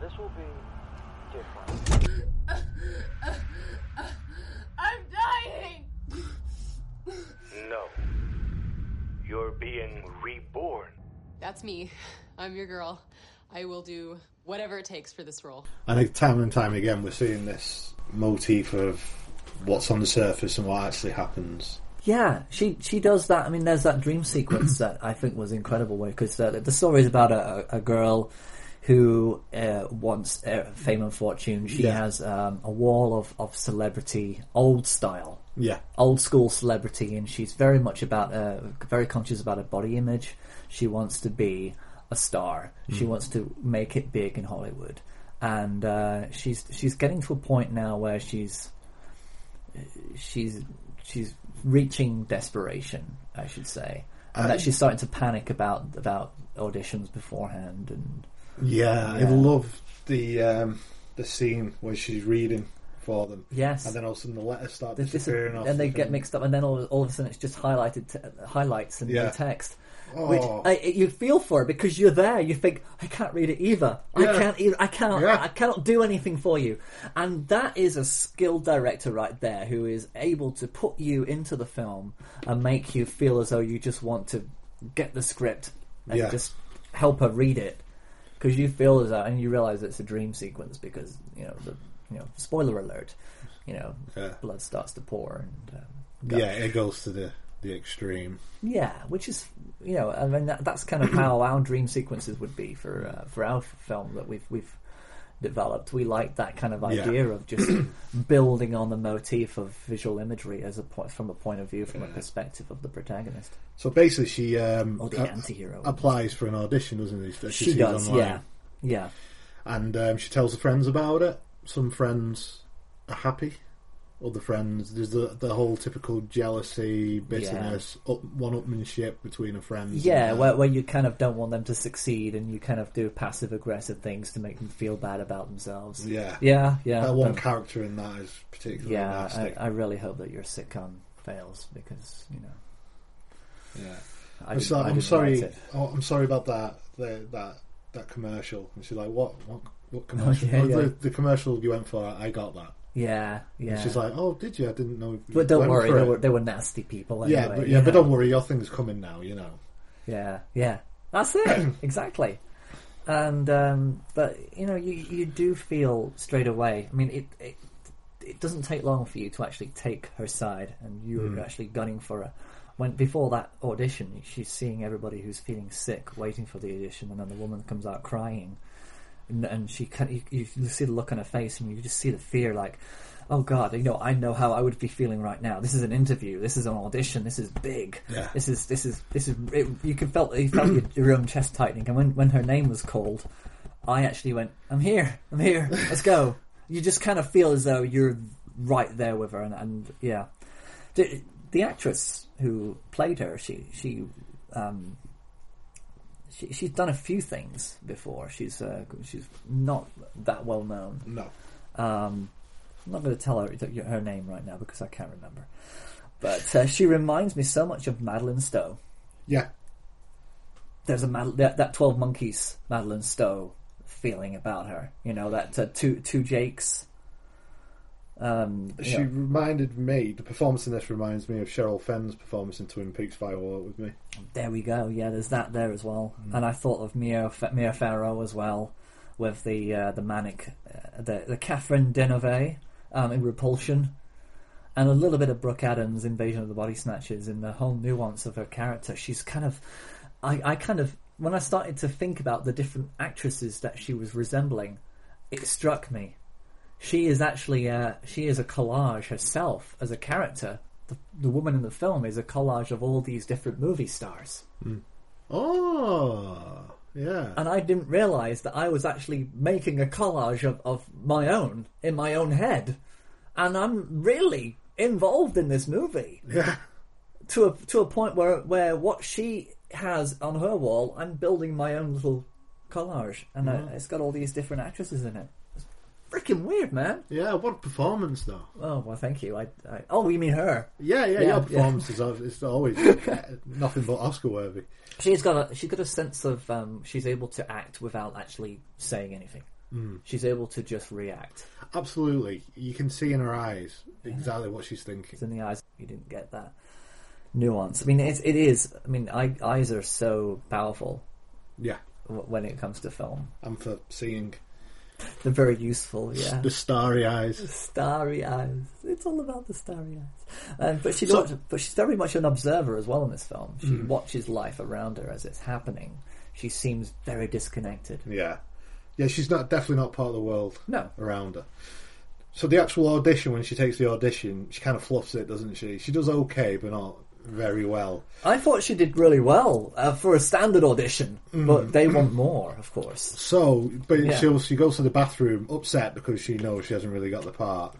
Speaker 14: this will be different.
Speaker 13: I'm dying!
Speaker 15: No. You're being reborn.
Speaker 13: That's me. I'm your girl. I will do whatever it takes for this role.
Speaker 1: I think time and time again we're seeing this motif of what's on the surface and what actually happens.
Speaker 2: Yeah, she she does that. I mean, there's that dream sequence that I think was incredible because uh, the story is about a, a girl who uh, wants uh, fame and fortune. She
Speaker 1: Yeah.
Speaker 2: has um, a wall of, of celebrity, old style.
Speaker 1: Yeah.
Speaker 2: old school celebrity, and she's very much about uh, very conscious about her body image. She wants to be a star. She
Speaker 16: Mm.
Speaker 2: wants to make it big in Hollywood, and uh, she's she's getting to a point now where she's she's she's reaching desperation, I should say, and
Speaker 1: I-
Speaker 2: that she's starting to panic about about auditions beforehand and.
Speaker 1: Yeah, I
Speaker 2: Yeah.
Speaker 1: love the um, the scene where she's reading for them.
Speaker 2: Yes.
Speaker 1: and then all of a sudden the letters start
Speaker 2: There's this-
Speaker 1: disappearing off.
Speaker 2: and they
Speaker 1: the
Speaker 2: get
Speaker 1: thing.
Speaker 2: mixed up, and then all, all of a sudden it's just highlighted t- highlights and no
Speaker 1: Yeah.
Speaker 2: text.
Speaker 1: Oh.
Speaker 2: Which I, I- you feel for it because you're there. You think I can't read it either. I
Speaker 1: Yeah.
Speaker 2: can't. Either, I cannot.
Speaker 1: Yeah.
Speaker 2: I cannot do anything for you. And that is a skilled director right there who is able to put you into the film and make you feel as though you just want to get the script and
Speaker 1: Yeah.
Speaker 2: just help her read it because you feel as though and you realize it's a dream sequence because you know the you know spoiler alert you know blood starts to pour and um,
Speaker 1: Yeah, it goes to the the extreme.
Speaker 2: yeah, which is you know, I mean that, that's kind of how our dream sequences would be for uh, for our film that we've we've developed. We like that kind of
Speaker 1: Yeah.
Speaker 2: idea of just [coughs] building on the motif of visual imagery as a point from a point of view from a perspective of the protagonist.
Speaker 1: So basically, she um,
Speaker 2: Or Oh, the
Speaker 1: a-
Speaker 2: anti-hero.
Speaker 1: applies for an audition, doesn't she? that
Speaker 2: She
Speaker 1: sees
Speaker 2: does,
Speaker 1: online.
Speaker 2: yeah. Yeah.
Speaker 1: And um, she tells her friends about it. Some friends are happy. Other friends, there's the the whole typical jealousy, bitterness, up, one-upmanship between her friends.
Speaker 2: Yeah,
Speaker 1: and, uh,
Speaker 2: where, where you kind of don't want them to succeed, and you kind of do passive aggressive things to make them feel bad about themselves.
Speaker 1: yeah,
Speaker 2: yeah, yeah.
Speaker 1: That one
Speaker 2: Um,
Speaker 1: character in that is particularly
Speaker 2: yeah,
Speaker 1: nasty.
Speaker 2: I, I really hope that your sitcom fails because you know.
Speaker 1: Yeah,
Speaker 2: I
Speaker 1: am
Speaker 2: didn't- I
Speaker 1: I'm
Speaker 2: didn't write
Speaker 1: sorry.
Speaker 2: it.
Speaker 1: Oh, I'm sorry about that. The, that that commercial. And she's like, what? What?
Speaker 2: [laughs]
Speaker 1: What commercial?
Speaker 2: yeah,
Speaker 1: "Oh,
Speaker 2: yeah.
Speaker 1: The, the commercial you went for. I got that.
Speaker 2: Yeah,
Speaker 1: And
Speaker 2: yeah.
Speaker 1: she's like, oh, did you? I didn't know. you
Speaker 2: But don't
Speaker 1: went
Speaker 2: worry,
Speaker 1: for
Speaker 2: they
Speaker 1: it."
Speaker 2: were, they were nasty people.
Speaker 1: yeah,
Speaker 2: anyway,
Speaker 1: but,
Speaker 2: you
Speaker 1: yeah, but
Speaker 2: know.
Speaker 1: don't worry. Your thing's coming now. You know.
Speaker 2: Yeah, yeah.
Speaker 1: [clears throat]
Speaker 2: That's it. exactly. And um, but you know, you you do feel straight away. I mean, it it, it doesn't take long for you to actually take her side, and you
Speaker 16: Hmm.
Speaker 2: are actually gunning for her. When before that audition, she's seeing everybody who's feeling sick, waiting for the audition, and then the woman comes out crying, and, and she can you, you see the look on her face, and you just see the fear, like oh god, you know, I know how I would be feeling right now. This is an interview. This is an audition. This is big.
Speaker 1: Yeah.
Speaker 2: This is this is this is. It, you could felt you felt your, your own chest tightening. And when when her name was called, I actually went, I'm here. I'm here. Let's go. you just kind of feel as though you're right there with her, and, and yeah, the, the actress who played her, she she. Um, she, she's done a few things before. She's uh, she's not that well known.
Speaker 1: No.
Speaker 2: Um, I'm not going to tell her her name right now because I can't remember. But uh, she reminds me so much of Madeline Stowe.
Speaker 1: Yeah.
Speaker 2: There's a Mad- that, that Twelve Monkeys Madeline Stowe feeling about her. You know that uh, two two Jakes. Um, you
Speaker 1: She
Speaker 2: know.
Speaker 1: reminded me, the performance in this reminds me of Cheryl Fenn's performance in Twin Peaks Firewalk with me.
Speaker 2: There we go. Yeah, there's that there as well. And I thought of Mia Fa- Mia Farrow as well with the uh, the manic uh, the the Catherine Deneuve um, in Repulsion, and a little bit of Brooke Adams' Invasion of the Body Snatchers in the whole nuance of her character. She's kind of I, I kind of when I started to think about the different actresses that she was resembling, it struck me. She is actually a, she is a collage herself as a character. The, the woman in the film is a collage of all these different movie stars.
Speaker 1: Oh, yeah.
Speaker 2: and I didn't realize that I was actually making a collage of, of my own in my own head, and I'm really involved in this movie
Speaker 1: Yeah.
Speaker 2: to a to a point where where what she has on her wall, I'm building my own little collage, and uh, it's got all these different actresses in it. It's freaking weird, man.
Speaker 1: Yeah, what a performance, though.
Speaker 2: Oh well, thank you. I, I oh, you mean her?
Speaker 1: Yeah, yeah,
Speaker 2: Yeah,
Speaker 1: your
Speaker 2: yeah.
Speaker 1: performance is al- it's
Speaker 2: [laughs]
Speaker 1: always uh, nothing but Oscar worthy.
Speaker 2: She's got a she's got a sense of um, she's able to act without actually saying anything.
Speaker 1: Mm.
Speaker 2: She's able to just react.
Speaker 1: Absolutely. You can see in her eyes exactly what she's thinking.
Speaker 2: It's in the eyes. You didn't get that nuance. I mean, it's, it is. I mean, eye, eyes are so powerful
Speaker 1: Yeah.
Speaker 2: w- when it comes to film.
Speaker 1: And for seeing
Speaker 2: They're very useful. Yeah,
Speaker 1: the starry eyes.
Speaker 2: starry eyes. It's all about the starry eyes. Um, but she's
Speaker 1: So- Hmm.
Speaker 2: also- but she's very much an observer as well in this film. She watches life around her as it's happening. She seems very disconnected.
Speaker 1: Yeah. Yeah, she's not definitely not part of the world
Speaker 2: No.
Speaker 1: around her. So the actual audition, when she takes the audition, she kind of fluffs it, doesn't she? She does okay, but not very well.
Speaker 2: I thought she did really well uh, for a standard audition,
Speaker 1: Hmm.
Speaker 2: but they want more, of course.
Speaker 1: So, but
Speaker 2: Yeah.
Speaker 1: she'll, she goes to the bathroom upset because she knows she hasn't really got the part.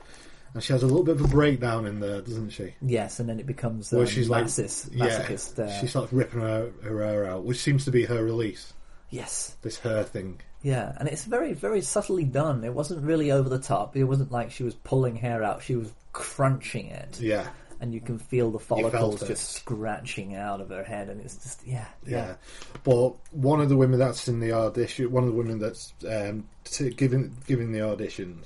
Speaker 1: And she has a little bit of a breakdown in there, doesn't she?
Speaker 2: Yes, and then it becomes um,
Speaker 1: Where she's like,
Speaker 2: massis- masochist.
Speaker 1: yeah,
Speaker 2: uh,
Speaker 1: she starts ripping her, her hair out, which seems to be her release.
Speaker 2: yes,
Speaker 1: This her thing.
Speaker 2: Yeah, and it's very, very subtly done. It wasn't really over the top. It wasn't like she was pulling hair out. She was crunching it,
Speaker 1: Yeah,
Speaker 2: and you can feel the follicles
Speaker 1: it.
Speaker 2: just scratching out of her head. And it's just, yeah,
Speaker 1: yeah, But one of the women that's in the audition, one of the women that's um, t- giving giving the auditions,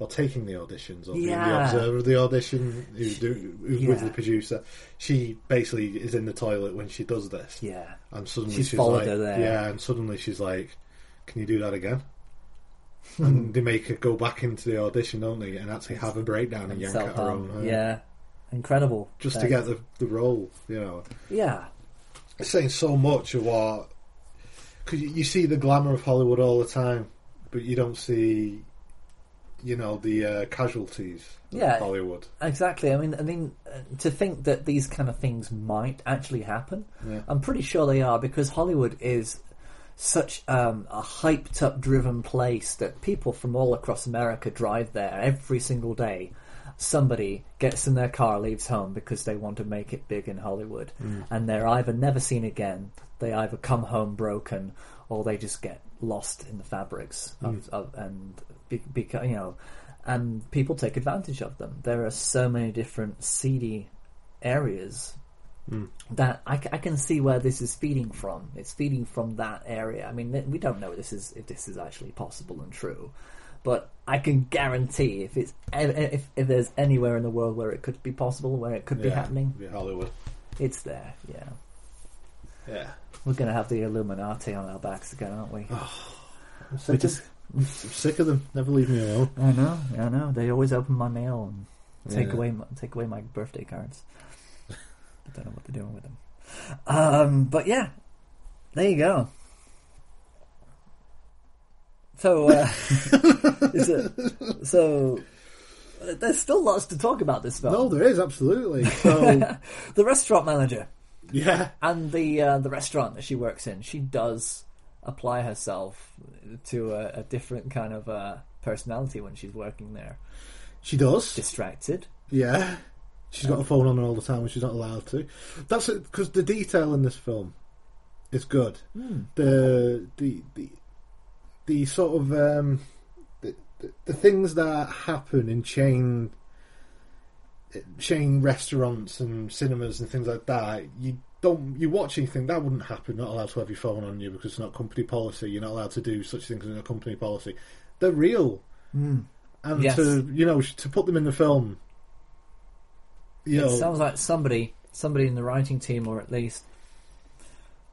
Speaker 1: or taking the auditions, or being the
Speaker 2: Yeah.
Speaker 1: observer of the audition, who do, who, with
Speaker 2: yeah.
Speaker 1: the producer, she basically is in the toilet when she does this.
Speaker 2: yeah.
Speaker 1: and suddenly she's,
Speaker 2: She's followed
Speaker 1: like,
Speaker 2: her there.
Speaker 1: yeah, and suddenly she's like, "Can you do that again?"
Speaker 2: Hmm.
Speaker 1: and they make her go back into the audition, don't they, and actually have a breakdown and yank at her
Speaker 2: Self-harm.
Speaker 1: own hair
Speaker 2: yeah, incredible.
Speaker 1: just
Speaker 2: Uh,
Speaker 1: to get the the role. You know,
Speaker 2: yeah,
Speaker 1: it's saying so much of what because you see the glamour of Hollywood all the time, but you don't see, you know, the uh, casualties
Speaker 2: Yeah.
Speaker 1: of Hollywood.
Speaker 2: exactly. I mean, I mean, uh, to think that these kind of things might actually happen.
Speaker 1: Yeah.
Speaker 2: I'm pretty sure they are because Hollywood is such um, a hyped up driven place that people from all across America drive there every single day. Somebody gets in their car, leaves home because they want to make it big in Hollywood, and they're either never seen again, they either come home broken, or they just get lost in the fabrics of, of and be, beca- you know, and people take advantage of them. There are so many different seedy areas that I, c- I can see where this is feeding from. It's feeding from that area. I mean, we don't know this is if this is actually possible and true, but I can guarantee if it's ev- if, if there's anywhere in the world where it could be possible, where it could be
Speaker 1: Yeah,
Speaker 2: happening,
Speaker 1: yeah, Hollywood.
Speaker 2: it's there. Yeah,
Speaker 1: Yeah,
Speaker 2: we're gonna have the Illuminati on our backs again, aren't we?
Speaker 1: I'm sick, of, I'm sick of them. Never leave me
Speaker 2: [laughs]
Speaker 1: alone.
Speaker 2: I know, I know. They always open my mail and take
Speaker 1: Yeah.
Speaker 2: away my, take away my birthday cards. I don't know what they're doing with them. Um, but yeah, there you go. So, uh, is it, so There's still lots to talk about this film.
Speaker 1: No, there is absolutely. So
Speaker 2: [laughs] the restaurant manager.
Speaker 1: Yeah.
Speaker 2: And the uh, the restaurant that she works in, she does apply herself to a, a different kind of uh, personality when she's working there.
Speaker 1: she does.
Speaker 2: Distracted.
Speaker 1: Yeah, she's got a phone on her all the time, and she's not allowed to. That's it because the detail in this film is good.
Speaker 2: Hmm.
Speaker 1: The the the the sort of um, the, the the things that happen in chain chain restaurants and cinemas and things like that. You don't you watch and you think that wouldn't happen. Not allowed to have your phone on you because it's not company policy. You're not allowed to do such things in a company policy. They're real
Speaker 2: Mm.
Speaker 1: and
Speaker 2: Yes.
Speaker 1: to you know to put them in the film. You
Speaker 2: It
Speaker 1: know,
Speaker 2: sounds like somebody somebody in the writing team, or at least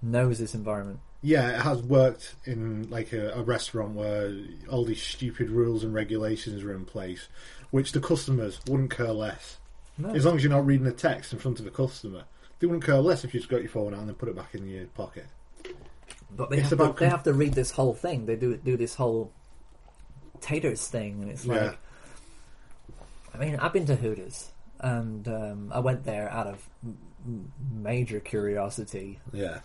Speaker 2: knows this environment.
Speaker 1: yeah, it has worked in like a, a restaurant where all these stupid rules and regulations are in place, which the customers wouldn't care less.
Speaker 2: No.
Speaker 1: As long as you're not reading a text in front of the customer, they wouldn't care less if you just got your phone out and then put it back in your pocket.
Speaker 2: But they
Speaker 1: It's
Speaker 2: have, to,
Speaker 1: about
Speaker 2: they
Speaker 1: con-
Speaker 2: have to read this whole thing. They do do this whole taters thing, and it's like,
Speaker 1: Yeah.
Speaker 2: I mean, I've been to Hooters, and um, I went there out of m- m- major curiosity,
Speaker 1: Yeah,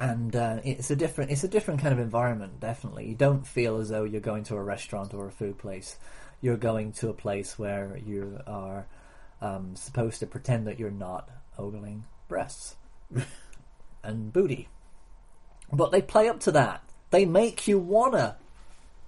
Speaker 2: and uh, it's a different it's a different kind of environment. Definitely, you don't feel as though you're going to a restaurant or a food place. You're going to a place where you are um, supposed to pretend that you're not ogling breasts and booty. But they play up to that. They make you wanna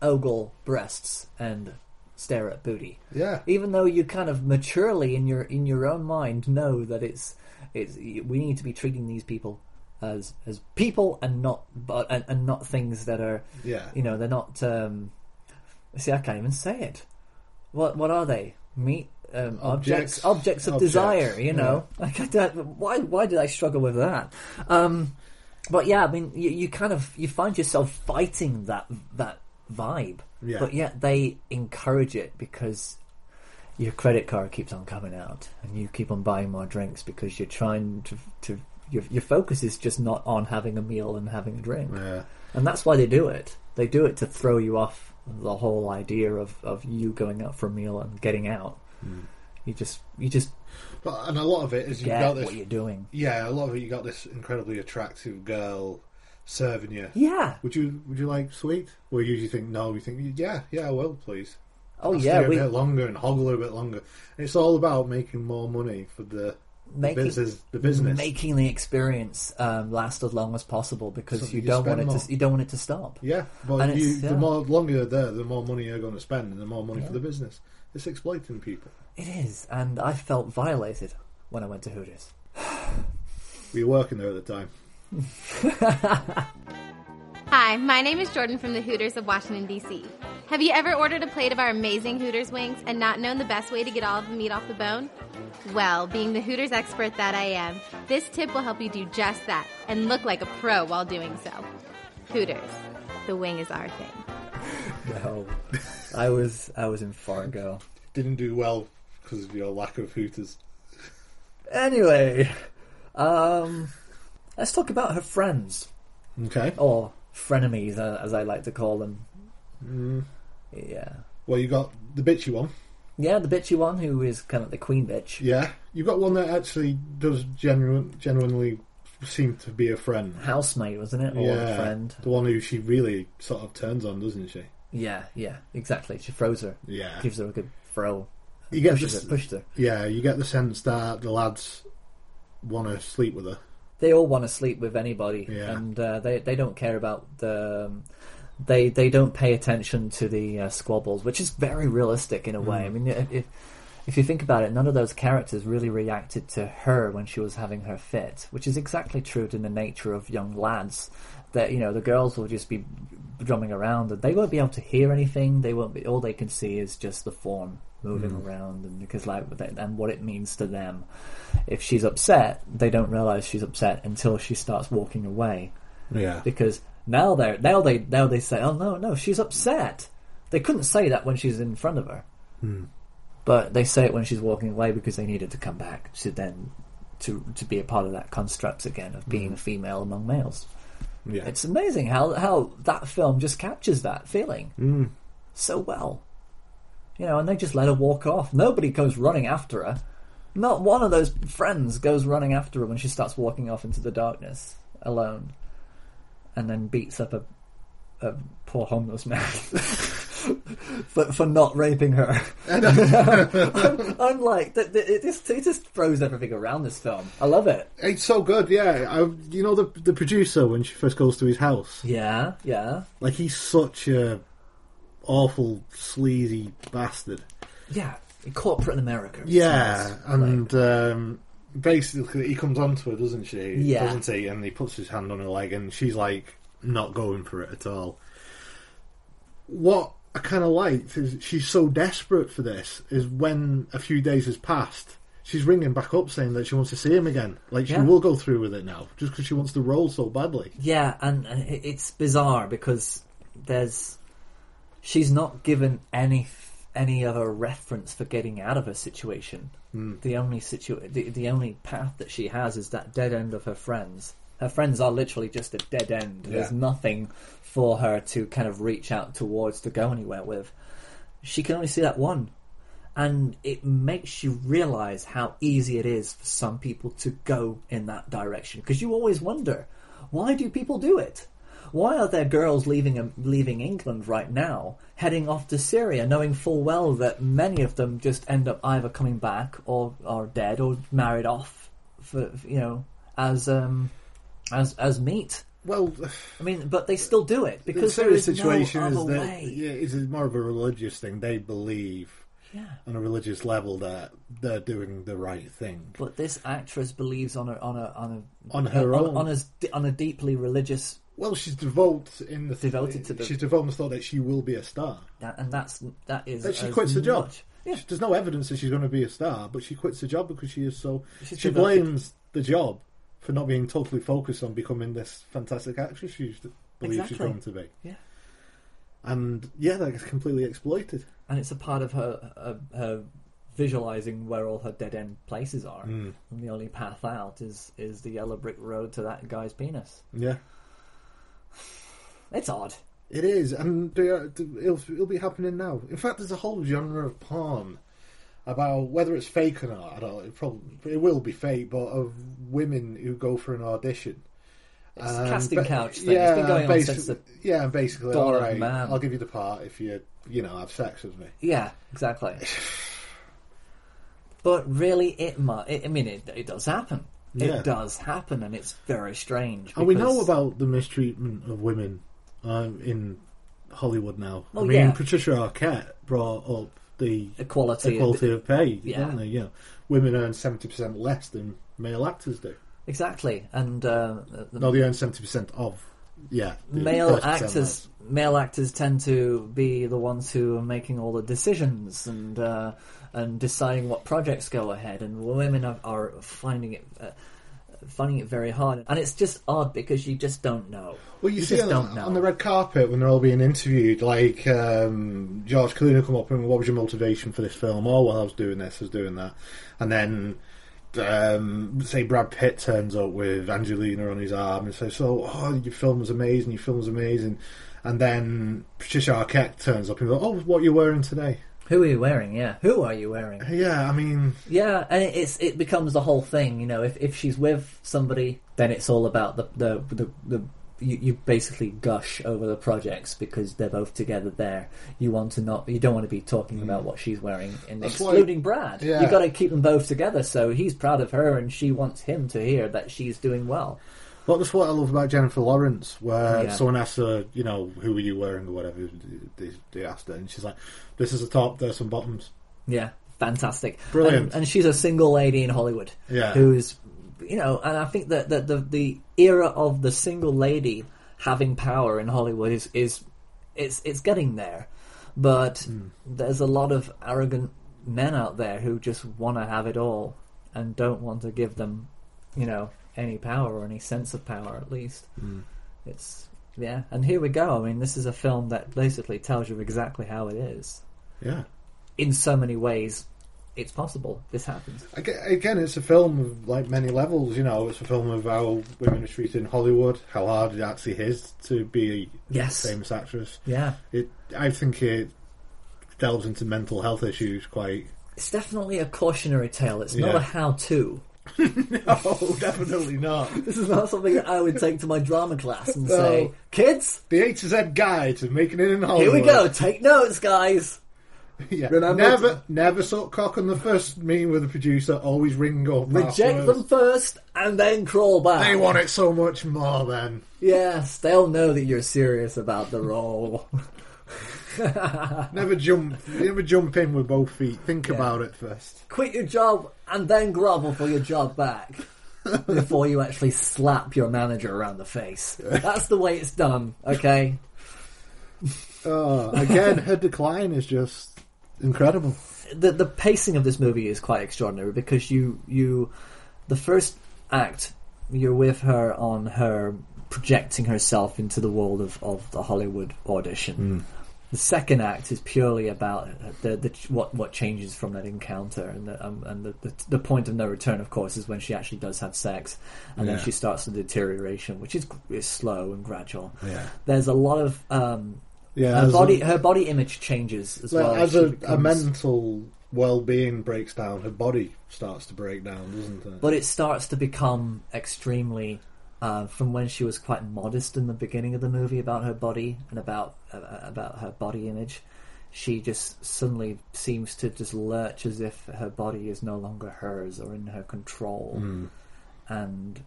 Speaker 2: ogle breasts and stare at booty.
Speaker 1: Yeah.
Speaker 2: Even though you kind of maturely in your in your own mind know that it's it's we need to be treating these people as as people and not but and, and not things that are
Speaker 1: Yeah.
Speaker 2: you know they're not um see I can't even say it. What what are they? Meat um, objects
Speaker 1: Objects.
Speaker 2: objects, of
Speaker 1: Objects,
Speaker 2: desire, you know. [laughs] Like I don't, why why did I struggle with that? Um, but yeah, I mean, you, you kind of you find yourself fighting that that vibe,
Speaker 1: Yeah.
Speaker 2: but yet they encourage it because your credit card keeps on coming out, and you keep on buying more drinks because you're trying to to your your focus is just not on having a meal and having a drink,
Speaker 1: Yeah.
Speaker 2: and that's why they do it. They do it to throw you off the whole idea of, of you going out for a meal and getting out. You just you just
Speaker 1: but, and a lot of it is you
Speaker 2: get
Speaker 1: got this.
Speaker 2: what you're doing.
Speaker 1: Yeah, a lot of it you got this incredibly attractive girl serving you.
Speaker 2: Yeah.
Speaker 1: Would you Would you like sweet? Well, you usually think no. You think yeah, yeah, I will, please.
Speaker 2: Oh
Speaker 1: I'll
Speaker 2: yeah,
Speaker 1: stay a
Speaker 2: we
Speaker 1: bit longer and hoggle a bit longer. And it's all about making more money for the,
Speaker 2: Making-
Speaker 1: the business. The business.
Speaker 2: making the experience um, last as long as possible because
Speaker 1: So
Speaker 2: you,
Speaker 1: you
Speaker 2: don't want
Speaker 1: spend
Speaker 2: it
Speaker 1: more.
Speaker 2: to you don't want it to stop.
Speaker 1: yeah, but
Speaker 2: and
Speaker 1: you,
Speaker 2: it's- yeah.
Speaker 1: the more longer you're there, the more money you're going to spend, and the more money for the business. It's exploiting people.
Speaker 2: It is, and I felt violated when I went to Hooters.
Speaker 1: We were working there at the time.
Speaker 16: Hi, my name is Jordan from the Hooters of Washington, D.C. Have you ever ordered a plate of our amazing Hooters wings and not known the best way to get all of the meat off the bone? Well, being the Hooters expert that I am, this tip will help you do just that and look like a pro while doing so. Hooters, the wing is our thing.
Speaker 2: No, [laughs] I was I was in Fargo.
Speaker 1: Didn't do well because of your lack of hooters.
Speaker 2: Anyway, um, let's talk about her friends
Speaker 1: Okay.
Speaker 2: or frenemies, uh, as I like to call them.
Speaker 1: Mm.
Speaker 2: Yeah,
Speaker 1: Well, you got the bitchy one.
Speaker 2: yeah, the bitchy one who is kind of the queen bitch.
Speaker 1: Yeah, you got one that actually does genuine, genuinely seem to be a friend.
Speaker 2: Housemate, wasn't it, or
Speaker 1: yeah,
Speaker 2: a friend?
Speaker 1: the one who she really sort of turns on, doesn't she?
Speaker 2: Yeah, yeah, exactly. She throws her.
Speaker 1: Yeah.
Speaker 2: gives her a good throw.
Speaker 1: You get
Speaker 2: pushes
Speaker 1: this-
Speaker 2: her, pushed her.
Speaker 1: Yeah, you get the sense that the lads want to sleep with her.
Speaker 2: they all want to sleep with anybody,
Speaker 1: Yeah.
Speaker 2: and uh, they they don't care about the. um, they they don't pay attention to the uh, squabbles, which is very realistic in a way. I mean, if, if if you think about it, none of those characters really reacted to her when she was having her fit, which is exactly true to the nature of young lads. That you know, the girls will just be drumming around, and they won't be able to hear anything. They won't be. All they can see is just the form moving
Speaker 1: Mm.
Speaker 2: around, and because like and what it means to them if she's upset, they don't realize she's upset until she starts walking away.
Speaker 1: Yeah.
Speaker 2: Because now they now they now they say, "Oh no, no, she's upset." They couldn't say that when she's in front of her,
Speaker 1: Hmm.
Speaker 2: but they say it when she's walking away because they needed to come back to then to to be a part of that construct again of being a female among males.
Speaker 1: Hmm. Yeah.
Speaker 2: It's
Speaker 1: Hmm.
Speaker 2: amazing how how that film just captures that feeling
Speaker 1: Mm.
Speaker 2: so well. You know, and they just let her walk off. Nobody goes running after her. Not one of those friends goes running after her when she starts walking off into the darkness alone, and then beats up a, a poor
Speaker 1: [laughs]
Speaker 2: homeless man for for not raping her. [laughs] I'm, I'm like, th- th- it just it just throws everything around this film. I love it.
Speaker 1: It's so good, yeah. I, you know the the producer when she first goes to his house.
Speaker 2: Yeah, yeah,
Speaker 1: Like he's such a awful sleazy bastard.
Speaker 2: yeah. Corporate America. it
Speaker 1: Yeah,
Speaker 2: smells
Speaker 1: and um, basically he comes onto her, doesn't she?
Speaker 2: Yeah.
Speaker 1: doesn't he? And he puts his hand on her leg, and she's like not going for it at all. What I kind of liked is she's so desperate for this is when a few days has passed. She's ringing back up saying that she wants to see him again. Like she
Speaker 2: Yeah.
Speaker 1: will go through with it now, just because she wants the role so badly.
Speaker 2: Yeah, and uh, it- it's bizarre because there's she's not given any any other reference for getting out of her situation.
Speaker 1: Mm.
Speaker 2: The only situ the, the only path that she has is that dead end of her friends. Her friends are literally just a dead end. There's
Speaker 1: Yeah.
Speaker 2: nothing for her to kind of reach out towards to go anywhere with. She can only see that one. And it makes you realize how easy it is for some people to go in that direction. Because you always wonder, why do people do it? Why are there girls leaving um, leaving England right now, heading off to Syria, knowing full well that many of them just end up either coming back or are dead or married off for you know as um as as meat.
Speaker 1: Well,
Speaker 2: [sighs] I mean, but they still do it because
Speaker 1: the
Speaker 2: there
Speaker 1: serious
Speaker 2: is
Speaker 1: situation
Speaker 2: no other
Speaker 1: is that
Speaker 2: way.
Speaker 1: yeah, it's more of a religious thing. They believe
Speaker 2: Yeah.
Speaker 1: on a religious level that they're doing the right thing.
Speaker 2: But this actress believes on a on a on a
Speaker 1: On her
Speaker 2: on,
Speaker 1: own.
Speaker 2: on a on a deeply religious
Speaker 1: Well, she's devoted in the
Speaker 2: Devoted to the-
Speaker 1: she's devoted in the thought that she will be a star.
Speaker 2: that, and that's that is
Speaker 1: That she
Speaker 2: as
Speaker 1: quits the job.
Speaker 2: much-
Speaker 1: She- There's no evidence that she's going to be a star, but she quits the job because she is so.
Speaker 2: She's
Speaker 1: she
Speaker 2: devoted.
Speaker 1: blames the job for not being totally focused on becoming this fantastic actress she used to- believes she's
Speaker 2: Exactly.
Speaker 1: going to be.
Speaker 2: Yeah.
Speaker 1: And yeah, that gets completely exploited.
Speaker 2: and it's a part of her her, her visualizing where all her dead end places are.
Speaker 1: Mm.
Speaker 2: And the only path out is is the yellow brick road to that guy's penis.
Speaker 1: Yeah.
Speaker 2: It's odd.
Speaker 1: It is, and they are- it'll, it'll be happening now. In fact, there's a whole genre of porn about whether it's fake or not. I don't. It probably it will be fake, but of women who go for an audition.
Speaker 2: It's
Speaker 1: And
Speaker 2: casting
Speaker 1: ba-
Speaker 2: couch thing. It's been going on
Speaker 1: basi-
Speaker 2: since the
Speaker 1: yeah, and basically,
Speaker 2: dawn
Speaker 1: all
Speaker 2: of
Speaker 1: right,
Speaker 2: man."
Speaker 1: I'll give you the part if you you know have sex with me.
Speaker 2: Yeah, exactly. but really, it mu- it, I mean, it it does happen.
Speaker 1: Yeah.
Speaker 2: It does happen, and it's very strange.
Speaker 1: And we
Speaker 2: because-
Speaker 1: know about the mistreatment of women um, in Hollywood now.
Speaker 2: Oh,
Speaker 1: I mean,
Speaker 2: yeah.
Speaker 1: Patricia Arquette brought up the
Speaker 2: Equality.
Speaker 1: equality of pay,
Speaker 2: Yeah.
Speaker 1: didn't they? Yeah, women earn seventy percent less than male actors do.
Speaker 2: exactly, and uh, the-
Speaker 1: No, they earn seventy percent of. Yeah, the 30%
Speaker 2: male
Speaker 1: less.
Speaker 2: actors male actors tend to be the ones who are making all the decisions and uh, and deciding what projects go ahead and women are, are finding it uh, finding it very hard and it's just odd because you just don't know
Speaker 1: Well, you, see
Speaker 2: just
Speaker 1: on,
Speaker 2: don't know
Speaker 1: on the red carpet when they're all being interviewed, like um, George Clooney will come up and what was your motivation for this film? Oh, well, I was doing this, I was doing that, and then um, say Brad Pitt turns up with Angelina on his arm and says, "So, oh, your film was amazing, your film was amazing," and then Patricia Arquette turns up and goes, "Oh, what are you wearing today?"
Speaker 2: who are you wearing yeah who are you wearing
Speaker 1: Yeah, I mean,
Speaker 2: yeah and it- it's it becomes the whole thing you know if, if she's with somebody then it's all about the the, the, the you, you basically gush over the projects because they're both together there. You want to not, you don't want to be talking about what she's wearing and
Speaker 1: Mm. That's why-
Speaker 2: excluding Brad.
Speaker 1: Yeah.
Speaker 2: You've got to keep them both together. So he's proud of her and she wants him to hear that she's doing well.
Speaker 1: Well, that's what I love about Jennifer Lawrence, where
Speaker 2: Yeah.
Speaker 1: someone asks her, you know, who are you wearing or whatever. They, they asked her, and she's like, "This is the top. There's some bottoms."
Speaker 2: Yeah, fantastic,
Speaker 1: Brilliant.
Speaker 2: And, and she's a single lady in Hollywood.
Speaker 1: Yeah.
Speaker 2: who's you know, and I think that that the the era of the single lady having power in Hollywood is is it's it's getting there, but
Speaker 1: Hmm.
Speaker 2: there's a lot of arrogant men out there who just want to have it all and don't want to give them, you know, any power or any sense of power at least.
Speaker 1: Hmm.
Speaker 2: It's yeah, and here we go. I mean, this is a film that basically tells you exactly how it is
Speaker 1: Yeah.
Speaker 2: in so many ways, it's possible this happens.
Speaker 1: Aga- Again, it's a film of like many levels. You know, it's a film of how women are treated in Hollywood, how hard it actually is to be a
Speaker 2: Yes.
Speaker 1: famous actress.
Speaker 2: Yeah.
Speaker 1: It, I think it delves into mental health issues
Speaker 2: [laughs]
Speaker 1: quite.
Speaker 2: It's definitely a cautionary tale. It's not
Speaker 1: Yeah.
Speaker 2: a how-to.
Speaker 1: no, definitely not.
Speaker 2: This is Oh, not something that I would take to my drama class and say,
Speaker 1: No.
Speaker 2: "Kids,
Speaker 1: the H to Z guide to making it in
Speaker 2: here
Speaker 1: Hollywood.
Speaker 2: we go. Take notes, guys."
Speaker 1: [laughs] Yeah.
Speaker 2: Remember
Speaker 1: never, never suck cock on the first meeting with the producer. Always ring up.
Speaker 2: Reject
Speaker 1: afterwards.
Speaker 2: them first and then crawl back.
Speaker 1: Oh. They want it so much more. Then
Speaker 2: Yes, they'll know that you're serious about the role.
Speaker 1: never jump. Never jump in with both feet. Think about it first.
Speaker 2: Quit your job and then grovel for your
Speaker 1: [laughs]
Speaker 2: job back before you actually slap your manager around the face. That's the way it's done, okay?
Speaker 1: Uh, again, her decline is just incredible.
Speaker 2: the the pacing of this movie is quite extraordinary because you you the first act you're with her on her projecting herself into the world of, of the Hollywood
Speaker 1: Hmm.
Speaker 2: audition. The second act is purely about the, the what what changes from that encounter, and the, um, and the, the the point of no return, of course, is when she actually does have sex, and
Speaker 1: Yeah.
Speaker 2: then she starts the deterioration, which is is slow and gradual.
Speaker 1: Yeah.
Speaker 2: There's a lot of um,
Speaker 1: Yeah,
Speaker 2: her
Speaker 1: as a-
Speaker 2: body her body image changes as
Speaker 1: Like,
Speaker 2: well
Speaker 1: as
Speaker 2: She
Speaker 1: a, a
Speaker 2: becomes-
Speaker 1: mental well-being breaks down, her body starts to break down, doesn't it?
Speaker 2: but it starts to become extremely uh, from when she was quite modest in the beginning of the movie about her body and about uh, about her body image she just suddenly seems to just lurch as if her body is no longer hers or in her control
Speaker 1: Mm.
Speaker 2: and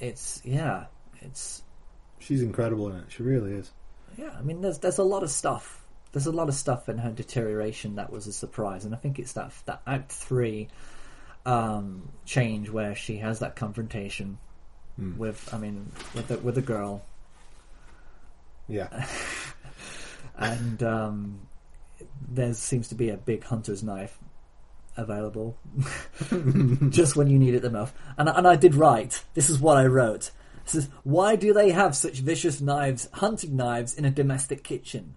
Speaker 2: it's yeah it's
Speaker 1: She's incredible in it. She really is.
Speaker 2: yeah i mean there's there's a lot of stuff there's a lot of stuff in her deterioration that was a surprise and i think it's that that act 3 um change where she has that confrontation with i mean with the, with a girl
Speaker 1: Yeah.
Speaker 2: and um there seems to be a big hunter's knife available [laughs] just when you need it the most and, and i did write this is what i wrote this is why do they have such vicious knives hunting knives in a domestic kitchen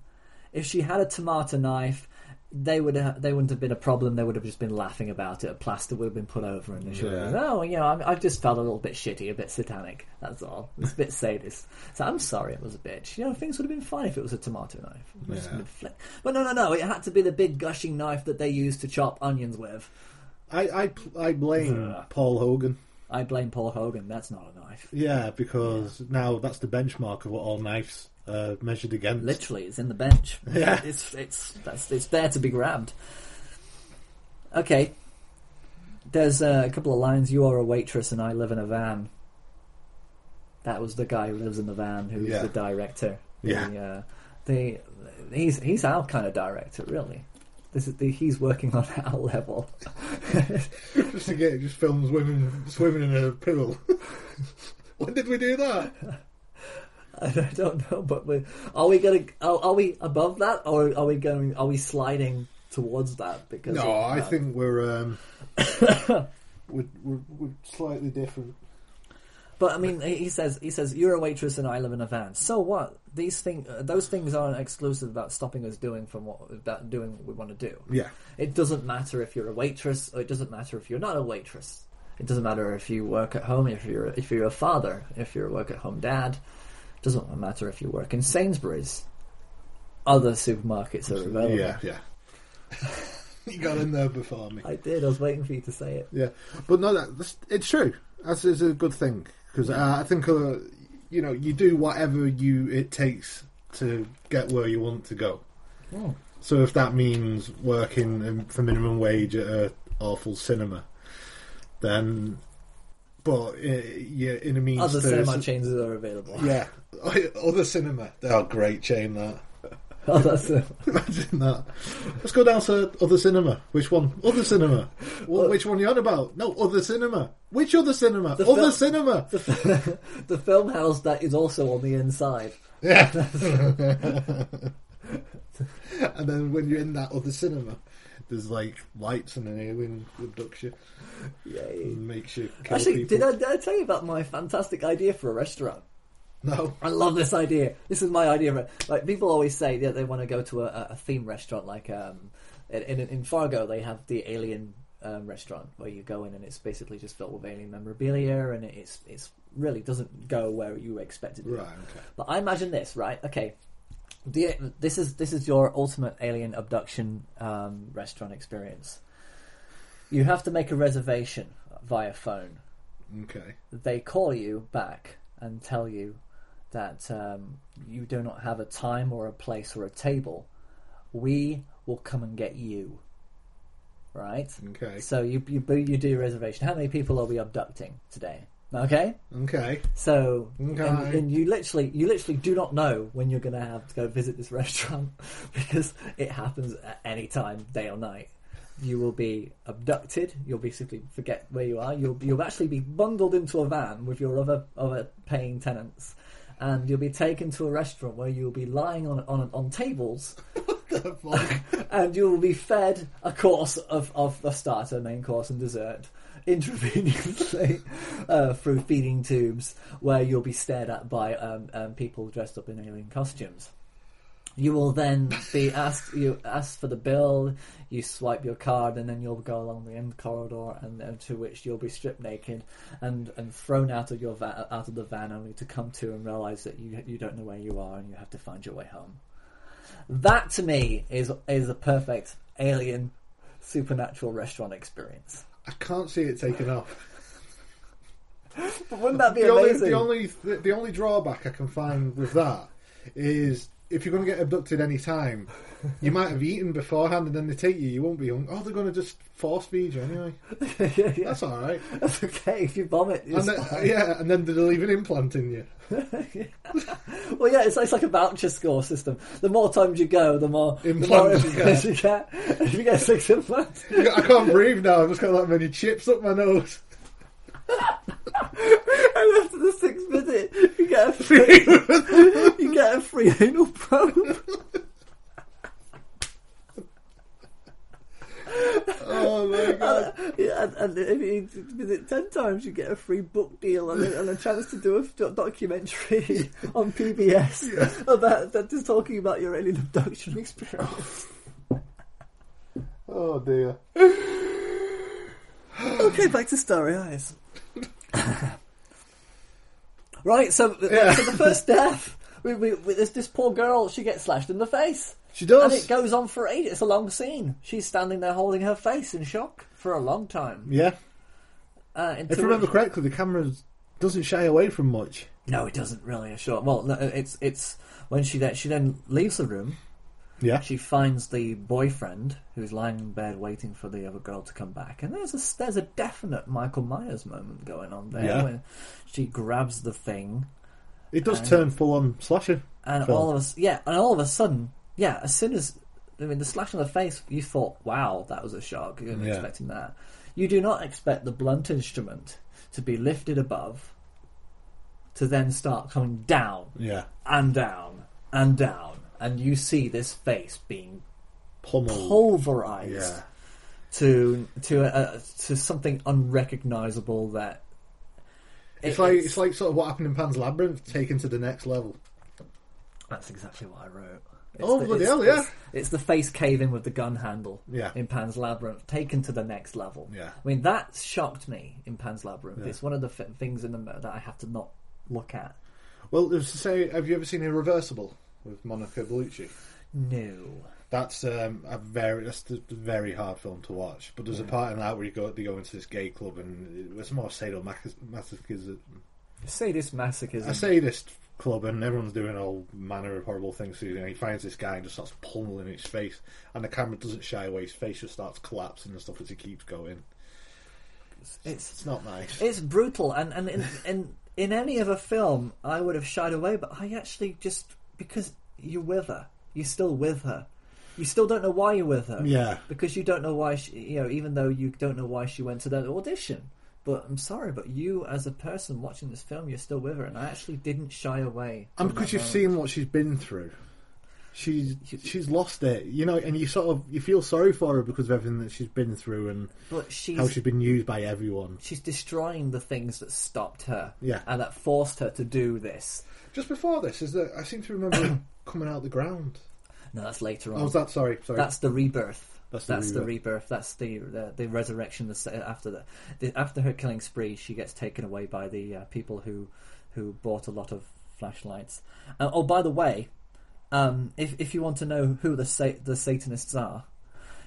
Speaker 2: if she had a tomato knife they would ha- they wouldn't have been a problem. They would have just been laughing about it. A plaster would have been put over, and they should have been,
Speaker 1: Yeah.
Speaker 2: oh, you know, I'm, I've just felt a little bit shitty, a bit satanic. That's all. It's a bit sadist. So I'm sorry, it was a bitch. You know, things would have been fine if it was a tomato knife. It would have just
Speaker 1: Yeah.
Speaker 2: been flick- But no, no, no. It had to be the big gushing knife that they used to chop onions with.
Speaker 1: I I, I blame Paul Hogan.
Speaker 2: I blame Paul Hogan. That's not a knife.
Speaker 1: Yeah, because now that's the benchmark of what all knives are measured against. [laughs]
Speaker 2: Literally, it's in the bench.
Speaker 1: Yeah.
Speaker 2: it's it's that's it's there to be grabbed. Okay. There's uh, a couple of lines. You are a waitress, and I live in a van. That was the guy who lives in the van, who's
Speaker 1: Yeah.
Speaker 2: the director. The,
Speaker 1: Yeah.
Speaker 2: uh, the he's he's our kind of director, really. This is the, he's working on [laughs] our level.
Speaker 1: just to get just films women swimming in a pool. [laughs] when did we do that?
Speaker 2: I don't- [laughs] I don't know, but we are we going to are, are we above that, or are we going? Are we sliding towards that? Because
Speaker 1: No,
Speaker 2: of
Speaker 1: I
Speaker 2: that?
Speaker 1: think we're um, [coughs] we're, we're we're slightly different.
Speaker 2: But I mean, he he says he says you're a waitress and I live in a van. So what? These thing, uh, those things aren't exclusive about stopping us doing from what about doing what we want to do.
Speaker 1: Yeah.
Speaker 2: It doesn't matter if you're a waitress or it doesn't matter if you're not a waitress. It doesn't matter if you work at home, if you're if you're a father, if you're a work at home dad. It doesn't matter if you work in Sainsbury's. Other supermarkets are available.
Speaker 1: Yeah, yeah. [laughs] you got in there before me.
Speaker 2: I did. I was waiting for you to say it.
Speaker 1: Yeah, but no, that that's, it's true. That's is a good thing because uh, I think uh, you know you do whatever you it takes to get where you want to go.
Speaker 2: Oh.
Speaker 1: So if that means working um, for minimum wage at an awful cinema, then but uh, yeah, in a means
Speaker 2: Other
Speaker 1: to-
Speaker 2: cinema chains are available. [laughs]
Speaker 1: yeah, [laughs] other cinema. Oh, great chain that.
Speaker 2: Other cinema.
Speaker 1: [laughs] Imagine that. Let's go down to other cinema. Which one? Other cinema. What, which one you on about? No, other cinema. Which other cinema?
Speaker 2: The
Speaker 1: other
Speaker 2: fil-
Speaker 1: cinema.
Speaker 2: [laughs] the film house that is also on the inside.
Speaker 1: Yeah. and then when you're in that other cinema, there's like lights and an alien abducts you.
Speaker 2: Yay.
Speaker 1: And makes you kill
Speaker 2: Actually,
Speaker 1: people.
Speaker 2: did I, did I tell you about my fantastic idea for a restaurant?
Speaker 1: No.
Speaker 2: I love this idea. This is my idea. of a- Like people always say that they want to go to a, a theme restaurant. Like um, in, in in Fargo, they have the alien um, restaurant where you go in and it's basically just filled with alien memorabilia, and it's it's really doesn't go where you expected it. to
Speaker 1: Right, okay.
Speaker 2: But I imagine this, right? Okay, The, this is this is your ultimate alien abduction um, restaurant experience. You have to make a reservation via phone.
Speaker 1: Okay.
Speaker 2: They call you back and tell you that um, you do not have a time or a place or a table. We will come and get you. Right.
Speaker 1: Okay.
Speaker 2: So you you you do your reservation. How many people are we abducting today? Okay.
Speaker 1: Okay.
Speaker 2: So
Speaker 1: Okay.
Speaker 2: And, and you literally you literally do not know when you're going to have to go visit this [laughs] restaurant because it happens at any time, day or night. You will be abducted. You'll basically forget where you are. You'll you'll actually be bundled into a van with your other other paying tenants, and you'll be taken to a restaurant where you'll be lying on on on tables and you will be fed a course of, of a starter, main course, and dessert intravenously [laughs] uh, through feeding tubes, where you'll be stared at by um, um, people dressed up in alien costumes. You will then be asked. You ask for the bill. You swipe your card, and then you'll go along the end corridor, and, and to which you'll be stripped naked and, and thrown out of your va- out of the van, only to come to and realize that you you don't know where you are, and you have to find your way home. That to me is is a perfect alien supernatural restaurant experience.
Speaker 1: I can't see it taken off.
Speaker 2: Wouldn't that be
Speaker 1: the only,
Speaker 2: amazing?
Speaker 1: the only th- the only drawback I can find with that is if you're going to get abducted any time, you might have eaten beforehand, and then they take you. You won't be hungry. Oh, they're going to just force feed you anyway. That's all right.
Speaker 2: That's [laughs] okay if you vomit.
Speaker 1: And
Speaker 2: it's
Speaker 1: then,
Speaker 2: fine.
Speaker 1: yeah, and then they'll even implant in you.
Speaker 2: Well, yeah, it's, it's like a voucher score system. The more times you go, the more the more
Speaker 1: Implants you
Speaker 2: implants you get. [laughs] If you get six implants,
Speaker 1: I can't breathe now. I've just got that many chips up my nose.
Speaker 2: and after the sixth visit, you get a free [laughs] you get a free anal probe.
Speaker 1: Oh my god!
Speaker 2: [laughs] Yeah, and, and if you visit ten times, you get a free book deal and a, and a chance to do a f- documentary [laughs] on PBS about that is talking about your alien abduction experience.
Speaker 1: Oh dear.
Speaker 2: okay, back to Starry Eyes. [laughs] right, so, so the
Speaker 1: [laughs]
Speaker 2: first death, we, we, we, this, this poor girl, she gets slashed in the face.
Speaker 1: She does.
Speaker 2: And it goes on for ages. It's a long scene. She's standing there holding her face in shock for a long time.
Speaker 1: Yeah,
Speaker 2: Uh,
Speaker 1: if
Speaker 2: until-
Speaker 1: I remember correctly, the camera doesn't shy away from much.
Speaker 2: No, it doesn't really. Sure. Well, no, it's it's when she then she then leaves the room.
Speaker 1: Yeah.
Speaker 2: She finds the boyfriend who's lying in bed waiting for the other girl to come back, and there's a there's a definite Michael Myers moment going on there
Speaker 1: Yeah.
Speaker 2: where she grabs the thing
Speaker 1: It does
Speaker 2: And-
Speaker 1: turn full on slasher.
Speaker 2: and
Speaker 1: film.
Speaker 2: all of us, yeah, and all of a sudden, yeah, as soon as I mean the slash on the face, you thought, "Wow, that was a shock." You weren't
Speaker 1: Yeah.
Speaker 2: expecting that. You do not expect the blunt instrument to be lifted above, to then start coming down,
Speaker 1: Yeah.
Speaker 2: and down and down, and you see this face being
Speaker 1: pummeled.
Speaker 2: pulverized
Speaker 1: Yeah.
Speaker 2: to to uh, to something unrecognizable that
Speaker 1: It's
Speaker 2: it-
Speaker 1: like it's like sort of what happened in Pan's Labyrinth, taken to the next level.
Speaker 2: That's exactly what I wrote.
Speaker 1: Oh, bloody hell, yeah.
Speaker 2: It's, it's the face caving with the gun handle
Speaker 1: Yeah.
Speaker 2: in Pan's Labyrinth, taken to the next level.
Speaker 1: Yeah.
Speaker 2: I mean, that shocked me in Pan's Labyrinth.
Speaker 1: Yeah.
Speaker 2: It's one of the f- things in the mo- that I have to not look at.
Speaker 1: Well, there's to say, have you ever seen Irreversible with Monica Bellucci?
Speaker 2: No.
Speaker 1: That's um, a very that's a very hard film to watch. But there's a part in that where you go they go into this gay club and it's more sadomasochism.
Speaker 2: Sadist masochism.
Speaker 1: A sadist club and everyone's doing all manner of horrible things to you. And he finds this guy and just starts pummeling his face, and the camera doesn't shy away. His face just starts collapsing and stuff as he keeps going.
Speaker 2: it's
Speaker 1: It's not nice.
Speaker 2: it's brutal, and and in, in in any other film, I would have shied away, but I actually just because you're with her, you're still with her. You still don't know why you're with her.
Speaker 1: Yeah.
Speaker 2: because you don't know why she, you know, even though you don't know why she went to that audition. But I'm sorry, but you as a person watching this film, you're still with her, and I actually didn't shy away.
Speaker 1: And
Speaker 2: from
Speaker 1: because
Speaker 2: that
Speaker 1: you've
Speaker 2: moment.
Speaker 1: seen what she's been through, she's she's lost it, you know. And you sort of you feel sorry for her because of everything that she's been through and
Speaker 2: but she's
Speaker 1: how she's been used by everyone.
Speaker 2: she's destroying the things that stopped her,
Speaker 1: Yeah.
Speaker 2: and that forced her to do this.
Speaker 1: Just before this is that I seem to remember [coughs] it coming out the ground.
Speaker 2: No, that's later on.
Speaker 1: Oh, was that sorry? Sorry,
Speaker 2: That's the rebirth.
Speaker 1: That's
Speaker 2: That's
Speaker 1: the
Speaker 2: the, rebirth. That's the the, the resurrection. The, se- after the, the after her killing spree, she gets taken away by the uh, people who who bought a lot of flashlights. Uh, oh, by the way, um, if if you want to know who the sa- the Satanists are,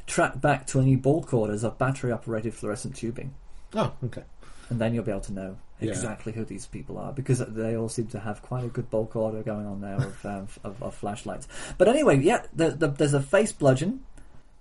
Speaker 2: track back to any bulk orders of battery operated fluorescent tubing.
Speaker 1: Oh, okay.
Speaker 2: And then you'll be able to know
Speaker 1: Yeah.
Speaker 2: exactly who these people are because they all seem to have quite a good bulk order going on there of, um, of, of flashlights. But anyway, yeah, the, the, there's a face bludgeon,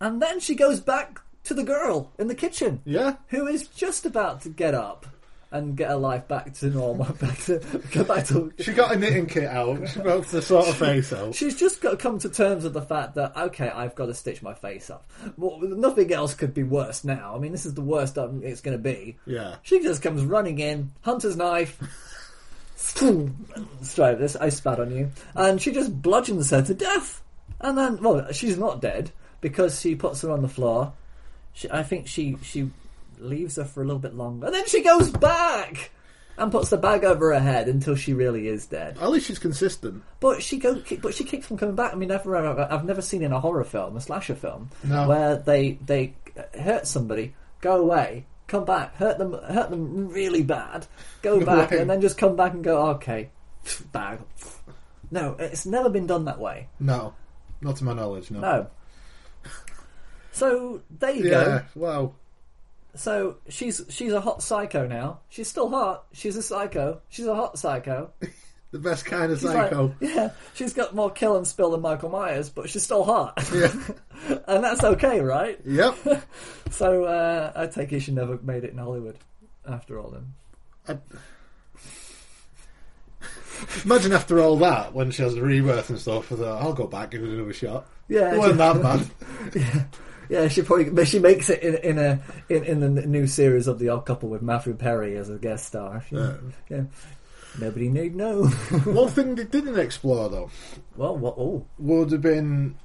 Speaker 2: and then she goes back to the girl in the kitchen.
Speaker 1: Yeah,
Speaker 2: who is just about to get up. And get her life back to normal. [laughs] Back to, go back to
Speaker 1: She got a knitting kit [laughs] out. She broke the sort of face out.
Speaker 2: She's just got to come to terms with the fact that okay, I've got to stitch my face up. Well, nothing else could be worse now. I mean, this is the worst um, it's going to be.
Speaker 1: Yeah.
Speaker 2: She just comes running in, hunter's knife. [laughs] Sorry, this I spat on you, and she just bludgeons her to death. And then, well, she's not dead because she puts her on the floor. She, I think she she leaves her for a little bit longer, and then she goes back and puts the bag over her head until she really is dead.
Speaker 1: At least she's consistent.
Speaker 2: But she go, but she keeps on coming back. I mean, I've, I've never seen in a horror film, a slasher film,
Speaker 1: No.
Speaker 2: where they they hurt somebody, go away, come back, hurt them, hurt them really bad, go
Speaker 1: No
Speaker 2: back,
Speaker 1: way.
Speaker 2: and then just come back and go, okay, [laughs] bag. No, it's never been done that way.
Speaker 1: No, not to my knowledge. No.
Speaker 2: No. So there you go.
Speaker 1: Yeah. Wow.
Speaker 2: So she's she's a hot psycho now. She's still hot. She's a psycho. She's a hot psycho.
Speaker 1: The best kind of
Speaker 2: She's
Speaker 1: psycho.
Speaker 2: like- [laughs] yeah, she's got more kill and spill than Michael Myers, but she's still hot. [laughs] and that's okay, right?
Speaker 1: Yep.
Speaker 2: so uh, I take it she never made it in Hollywood after all then.
Speaker 1: Imagine after all that, when she has the rebirth and stuff, I thought, I'll go back, give it another shot.
Speaker 2: Yeah,
Speaker 1: It wasn't
Speaker 2: she-
Speaker 1: that bad.
Speaker 2: Yeah, she probably but she makes it in, in a in, in the new series of The Odd Couple with Matthew Perry as a guest star. Yeah. yeah. Nobody need know. [laughs]
Speaker 1: One thing they didn't explore, though,
Speaker 2: well, what? Oh,
Speaker 1: would have been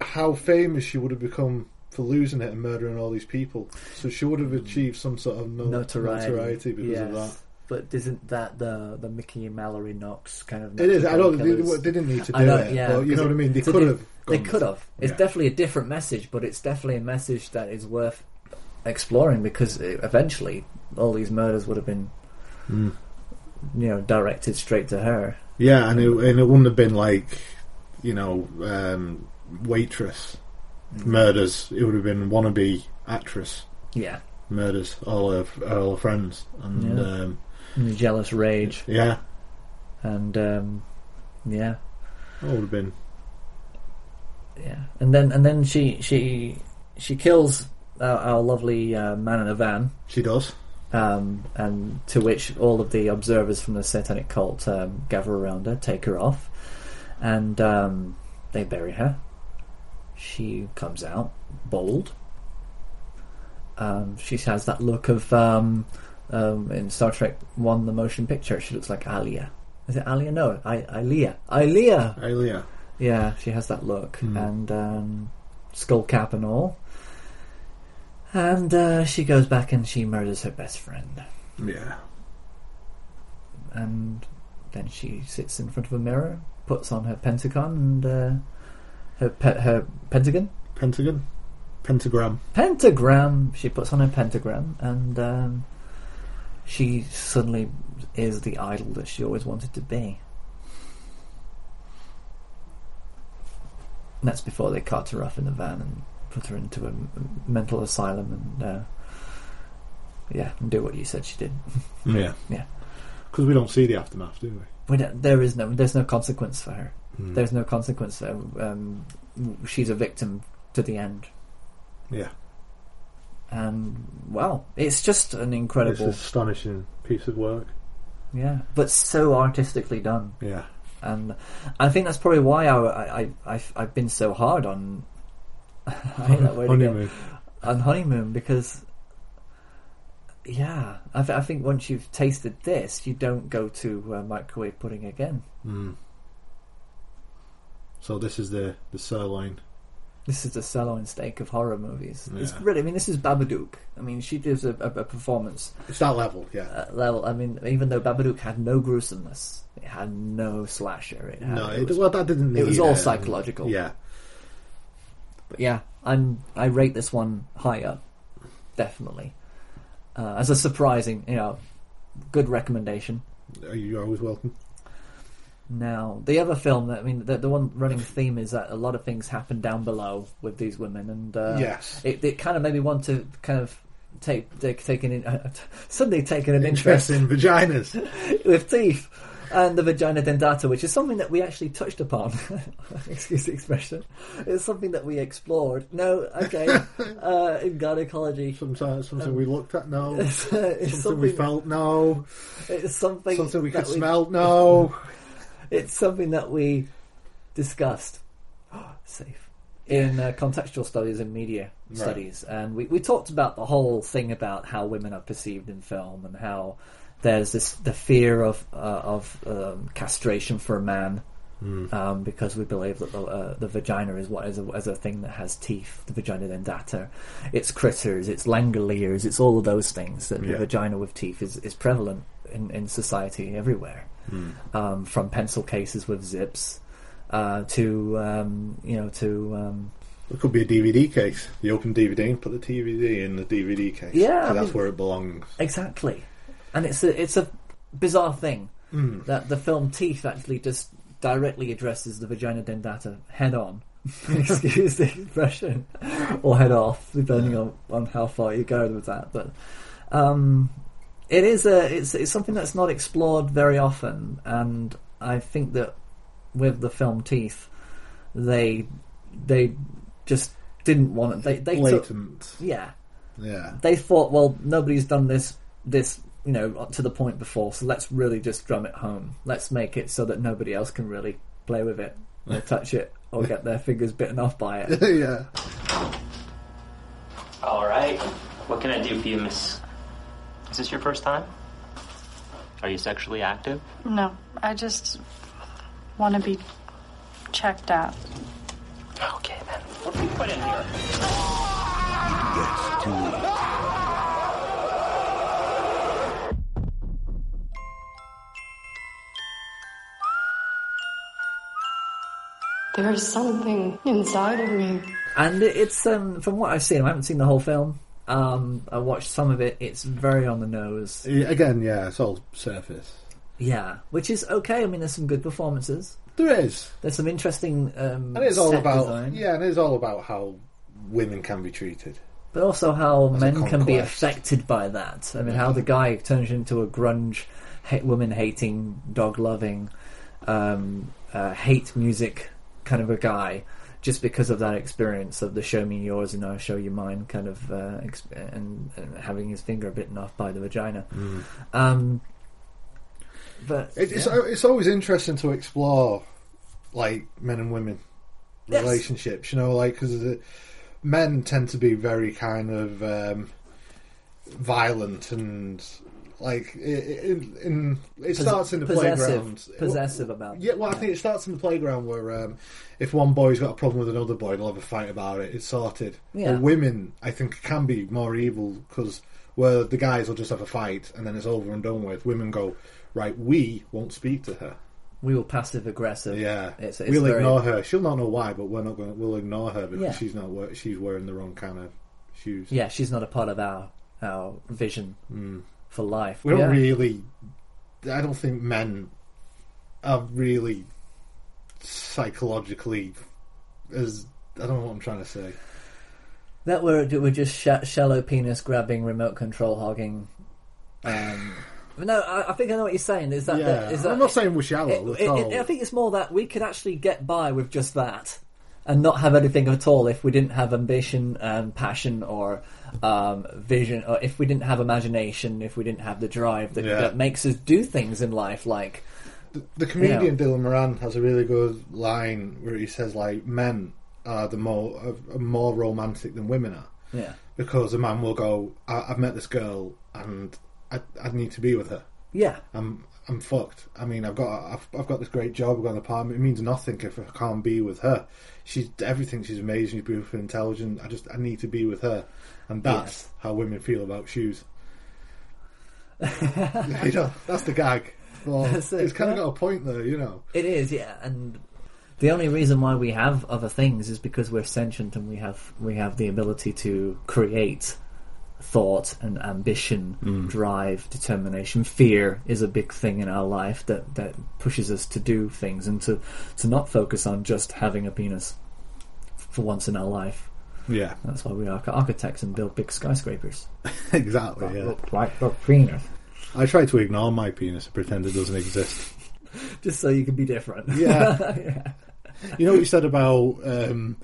Speaker 1: how famous she would have become for losing it and murdering all these people. So she would have achieved some sort of no-
Speaker 2: notoriety,
Speaker 1: notoriety. because of
Speaker 2: Yes.
Speaker 1: that.
Speaker 2: But isn't that the the Mickey and Mallory Knox kind of?
Speaker 1: It is. I don't. They,
Speaker 2: killers?
Speaker 1: they didn't need to do
Speaker 2: I know,
Speaker 1: it.
Speaker 2: yeah,
Speaker 1: but you
Speaker 2: because
Speaker 1: know what I mean. They
Speaker 2: it's a
Speaker 1: could
Speaker 2: diff-
Speaker 1: have.
Speaker 2: They
Speaker 1: gone-
Speaker 2: could have. It's
Speaker 1: Yeah.
Speaker 2: definitely a different message, but it's definitely a message that is worth exploring because it- eventually all these murders would have been,
Speaker 1: Mm.
Speaker 2: you know, directed straight to her.
Speaker 1: Yeah, and it, and it wouldn't have been like, you know, um, waitress
Speaker 2: Mm.
Speaker 1: murders. It would have been wannabe actress
Speaker 2: Yeah,
Speaker 1: murders. All her, all her friends, and
Speaker 2: Yeah.
Speaker 1: yeah. Um,
Speaker 2: and the jealous rage,
Speaker 1: yeah,
Speaker 2: and um, yeah,
Speaker 1: that would have been.
Speaker 2: yeah, and then and then she she she kills our, our lovely uh, man in a van.
Speaker 1: She does.
Speaker 2: um, and to which all of the observers from the satanic cult um, gather around her, take her off, and um, they bury her. She comes out bald. Um, she has that look of um, um, in Star Trek One, the motion picture. She looks like Alia. Is it Alia? No, I- Ilea. Ilea.
Speaker 1: Ilea.
Speaker 2: Yeah, she has that look and um, skull cap and all. And uh, she goes back and she murders her best friend.
Speaker 1: Yeah.
Speaker 2: And then she sits in front of a mirror, puts on her pentagon and uh, her pe- her pentagon
Speaker 1: Pentagon. Pentagram.
Speaker 2: pentagram. She puts on her pentagram and um, she suddenly is the idol that she always wanted to be. And that's before they cart her off in a van and put her into a m- mental asylum and uh, yeah, and do what you said she did.
Speaker 1: Yeah.
Speaker 2: Yeah.
Speaker 1: Because we don't see the aftermath, do we?
Speaker 2: We don't, there is no there's no consequence for her.
Speaker 1: Hmm.
Speaker 2: There's no consequence for her. Um, she's a victim to the end.
Speaker 1: Yeah.
Speaker 2: And well, it's just an
Speaker 1: It's an
Speaker 2: incredible
Speaker 1: astonishing piece of work.
Speaker 2: Yeah, but so artistically done.
Speaker 1: Yeah.
Speaker 2: and I think that's probably why I, I, I have I've been so hard on [laughs] I hate that word again.
Speaker 1: Honeymoon.
Speaker 2: on honeymoon because yeah, I, th- I think once you've tasted this, you don't go to uh, microwave pudding again.
Speaker 1: Mm. So this is the the sirloin.
Speaker 2: This is the sirloin steak of horror movies. It's
Speaker 1: Yeah.
Speaker 2: really, I mean, this is Babadook. I mean, she gives a, a, a performance
Speaker 1: It's that level, yeah.
Speaker 2: uh, level. I mean, even though Babadook had no gruesomeness, it had no slasher. It had,
Speaker 1: no,
Speaker 2: uh, it
Speaker 1: it,
Speaker 2: was-
Speaker 1: well, that didn't.
Speaker 2: it was
Speaker 1: need
Speaker 2: all
Speaker 1: it.
Speaker 2: psychological.
Speaker 1: Yeah.
Speaker 2: But yeah, I'm I rate this one higher, definitely. Uh, as a surprising, you know, good recommendation.
Speaker 1: You're always welcome.
Speaker 2: Now, the other film that I mean, the, the one running theme is that a lot of things happen down below with these women, and uh,
Speaker 1: Yes.
Speaker 2: it, it kind of made me want to kind of take take taking in, uh, [laughs] suddenly taking an
Speaker 1: Interest
Speaker 2: interest
Speaker 1: in vaginas.
Speaker 2: [laughs] with teeth and the vagina dentata, which is something that we actually touched upon. [laughs] Excuse the expression. It's something that we explored. No, okay,
Speaker 1: [laughs]
Speaker 2: uh, in gynecology. [laughs]
Speaker 1: Sometimes something we looked at. No,
Speaker 2: It's, uh,
Speaker 1: something,
Speaker 2: it's
Speaker 1: we
Speaker 2: Um, something-
Speaker 1: felt. No,
Speaker 2: It's something
Speaker 1: something we
Speaker 2: that
Speaker 1: could smell. No,
Speaker 2: It's something that we discussed. [gasps] Safe. In uh, contextual studies and media
Speaker 1: Right.
Speaker 2: studies, and we, we talked about the whole thing about how women are perceived in film and how there's this the fear of uh, of um, castration for a man
Speaker 1: Mm.
Speaker 2: um, because we believe that the, uh, the vagina is what is a, is a thing that has teeth, the vagina dentata, its critters, its langoliers, it's all of those things that
Speaker 1: Yeah.
Speaker 2: the vagina with teeth is, is prevalent in, in society everywhere,
Speaker 1: Mm.
Speaker 2: um, from pencil cases with zips uh, to um, you know to um,
Speaker 1: it could be a DVD case. You open DVD and put the DVD in the DVD case.
Speaker 2: Yeah,
Speaker 1: 'Cause
Speaker 2: I
Speaker 1: that's
Speaker 2: mean-
Speaker 1: where it belongs.
Speaker 2: Exactly, and it's a it's a bizarre thing
Speaker 1: Mm.
Speaker 2: that the film Teeth actually just directly addresses the vagina dentata head on. Excuse the expression, or head off, depending on, on how far you go with that. But um, it is a it's it's something that's not explored very often, and I think that with the film Teeth, they they just didn't want it. They they took-
Speaker 1: Blatant.
Speaker 2: yeah, [laughs]
Speaker 1: Yeah.
Speaker 2: they thought, well, nobody's done this this you know up to the point before, so let's really just drum it home. Let's make it so that nobody else can really play with it, or touch it, or get their fingers bitten off by
Speaker 1: [laughs]
Speaker 2: it.
Speaker 1: yeah.
Speaker 17: All right. What can I do for you, miss? Is this your first time? Are you sexually active?
Speaker 18: No, I just want to be checked out.
Speaker 17: Okay, then. What do we put in here?
Speaker 18: There is something inside of me.
Speaker 2: And it- it's um, from what I've seen, I haven't seen the whole film. Um, I watched some of it. It's very on the nose.
Speaker 1: Yeah, Again, yeah, it's all surface.
Speaker 2: Yeah, which is okay. I mean, there's some good performances.
Speaker 1: There is.
Speaker 2: There's some interesting. Um,
Speaker 1: And it's all
Speaker 2: set
Speaker 1: about
Speaker 2: design.
Speaker 1: yeah, and it's all about how women can be treated.
Speaker 2: But also how
Speaker 1: As a Mm-hmm.
Speaker 2: men can be
Speaker 1: conquest.
Speaker 2: affected by that. I mean, how the guy turns into a grunge, ha- woman hating, dog loving, um, uh, hate music kind of a guy, just because of that experience of the "show me yours and I'll show you mine" kind of, uh, exp- and, and having his finger bitten off by the vagina.
Speaker 1: Mm.
Speaker 2: Um, but
Speaker 1: It, it's
Speaker 2: yeah.
Speaker 1: it's always interesting to explore like men and women
Speaker 2: Yes.
Speaker 1: relationships. You know, like because men tend to be very kind of um, violent and like i- i- in, in it
Speaker 2: Pos-
Speaker 1: starts in the
Speaker 2: possessive-
Speaker 1: playground.
Speaker 2: possessive about
Speaker 1: Yeah, well, I think it starts in the playground where um, if one boy's got a problem with another boy, they'll have a fight about it. It's sorted.
Speaker 2: Yeah.
Speaker 1: But women, I think, can be more evil because where the guys will just have a fight and then it's over and done with. Women go, right, we won't speak to her.
Speaker 2: we were passive aggressive.
Speaker 1: Yeah,
Speaker 2: it's, it's
Speaker 1: we'll
Speaker 2: very-
Speaker 1: ignore her. She'll not know why, but we're not going. We'll ignore her because
Speaker 2: Yeah.
Speaker 1: she's not. wear- She's wearing the wrong kind of shoes.
Speaker 2: Yeah, she's not a part of our our vision
Speaker 1: Mm.
Speaker 2: for life.
Speaker 1: we don't
Speaker 2: Yeah.
Speaker 1: really. I don't think men are really psychologically as. I don't know what I'm trying to say.
Speaker 2: That were we're just sh- shallow penis grabbing, remote control hogging. Um, no, I, I think I know what you're saying. Is that,
Speaker 1: Yeah,
Speaker 2: that is that
Speaker 1: I'm not saying we're shallow
Speaker 2: It-
Speaker 1: at
Speaker 2: it-
Speaker 1: all.
Speaker 2: it- I think it's more that we could actually get by with just that and not have anything at all if we didn't have ambition and passion or um, vision, or if we didn't have imagination, if we didn't have the drive that,
Speaker 1: Yeah.
Speaker 2: that makes us do things in life, like
Speaker 1: The comedian Dylan Moran has a really good line where he says, "Like men are the more are more romantic than women are."
Speaker 2: yeah,
Speaker 1: because a man will go, I- I've met this girl and I, I need to be with her.
Speaker 2: yeah.
Speaker 1: I'm I'm fucked. I mean, I've got I've, I've got this great job. I've got an apartment. It means nothing if I can't be with her. She's everything. She's amazing. She's beautiful, intelligent. I just I need to be with her, and that's how women feel about
Speaker 2: [laughs]
Speaker 1: shoes. you know, that's the gag. Well,
Speaker 2: That's it,
Speaker 1: it's kind
Speaker 2: yeah.
Speaker 1: of got a point there, you know.
Speaker 2: It is, yeah, and the only reason why we have other things is because we're sentient and we have we have the ability to create thought and ambition, drive, determination, fear is a big thing in our life that, that pushes us to do things and to, to not focus on just having a penis for once in our life. [laughs]
Speaker 1: Yeah.
Speaker 2: That's why we are architects and build big skyscrapers.
Speaker 1: exactly. yeah.
Speaker 2: Look like the penis.
Speaker 1: I try to ignore my penis and pretend it doesn't exist.
Speaker 2: Just so you can be different.
Speaker 1: Yeah.
Speaker 2: yeah.
Speaker 1: You know what you said about um,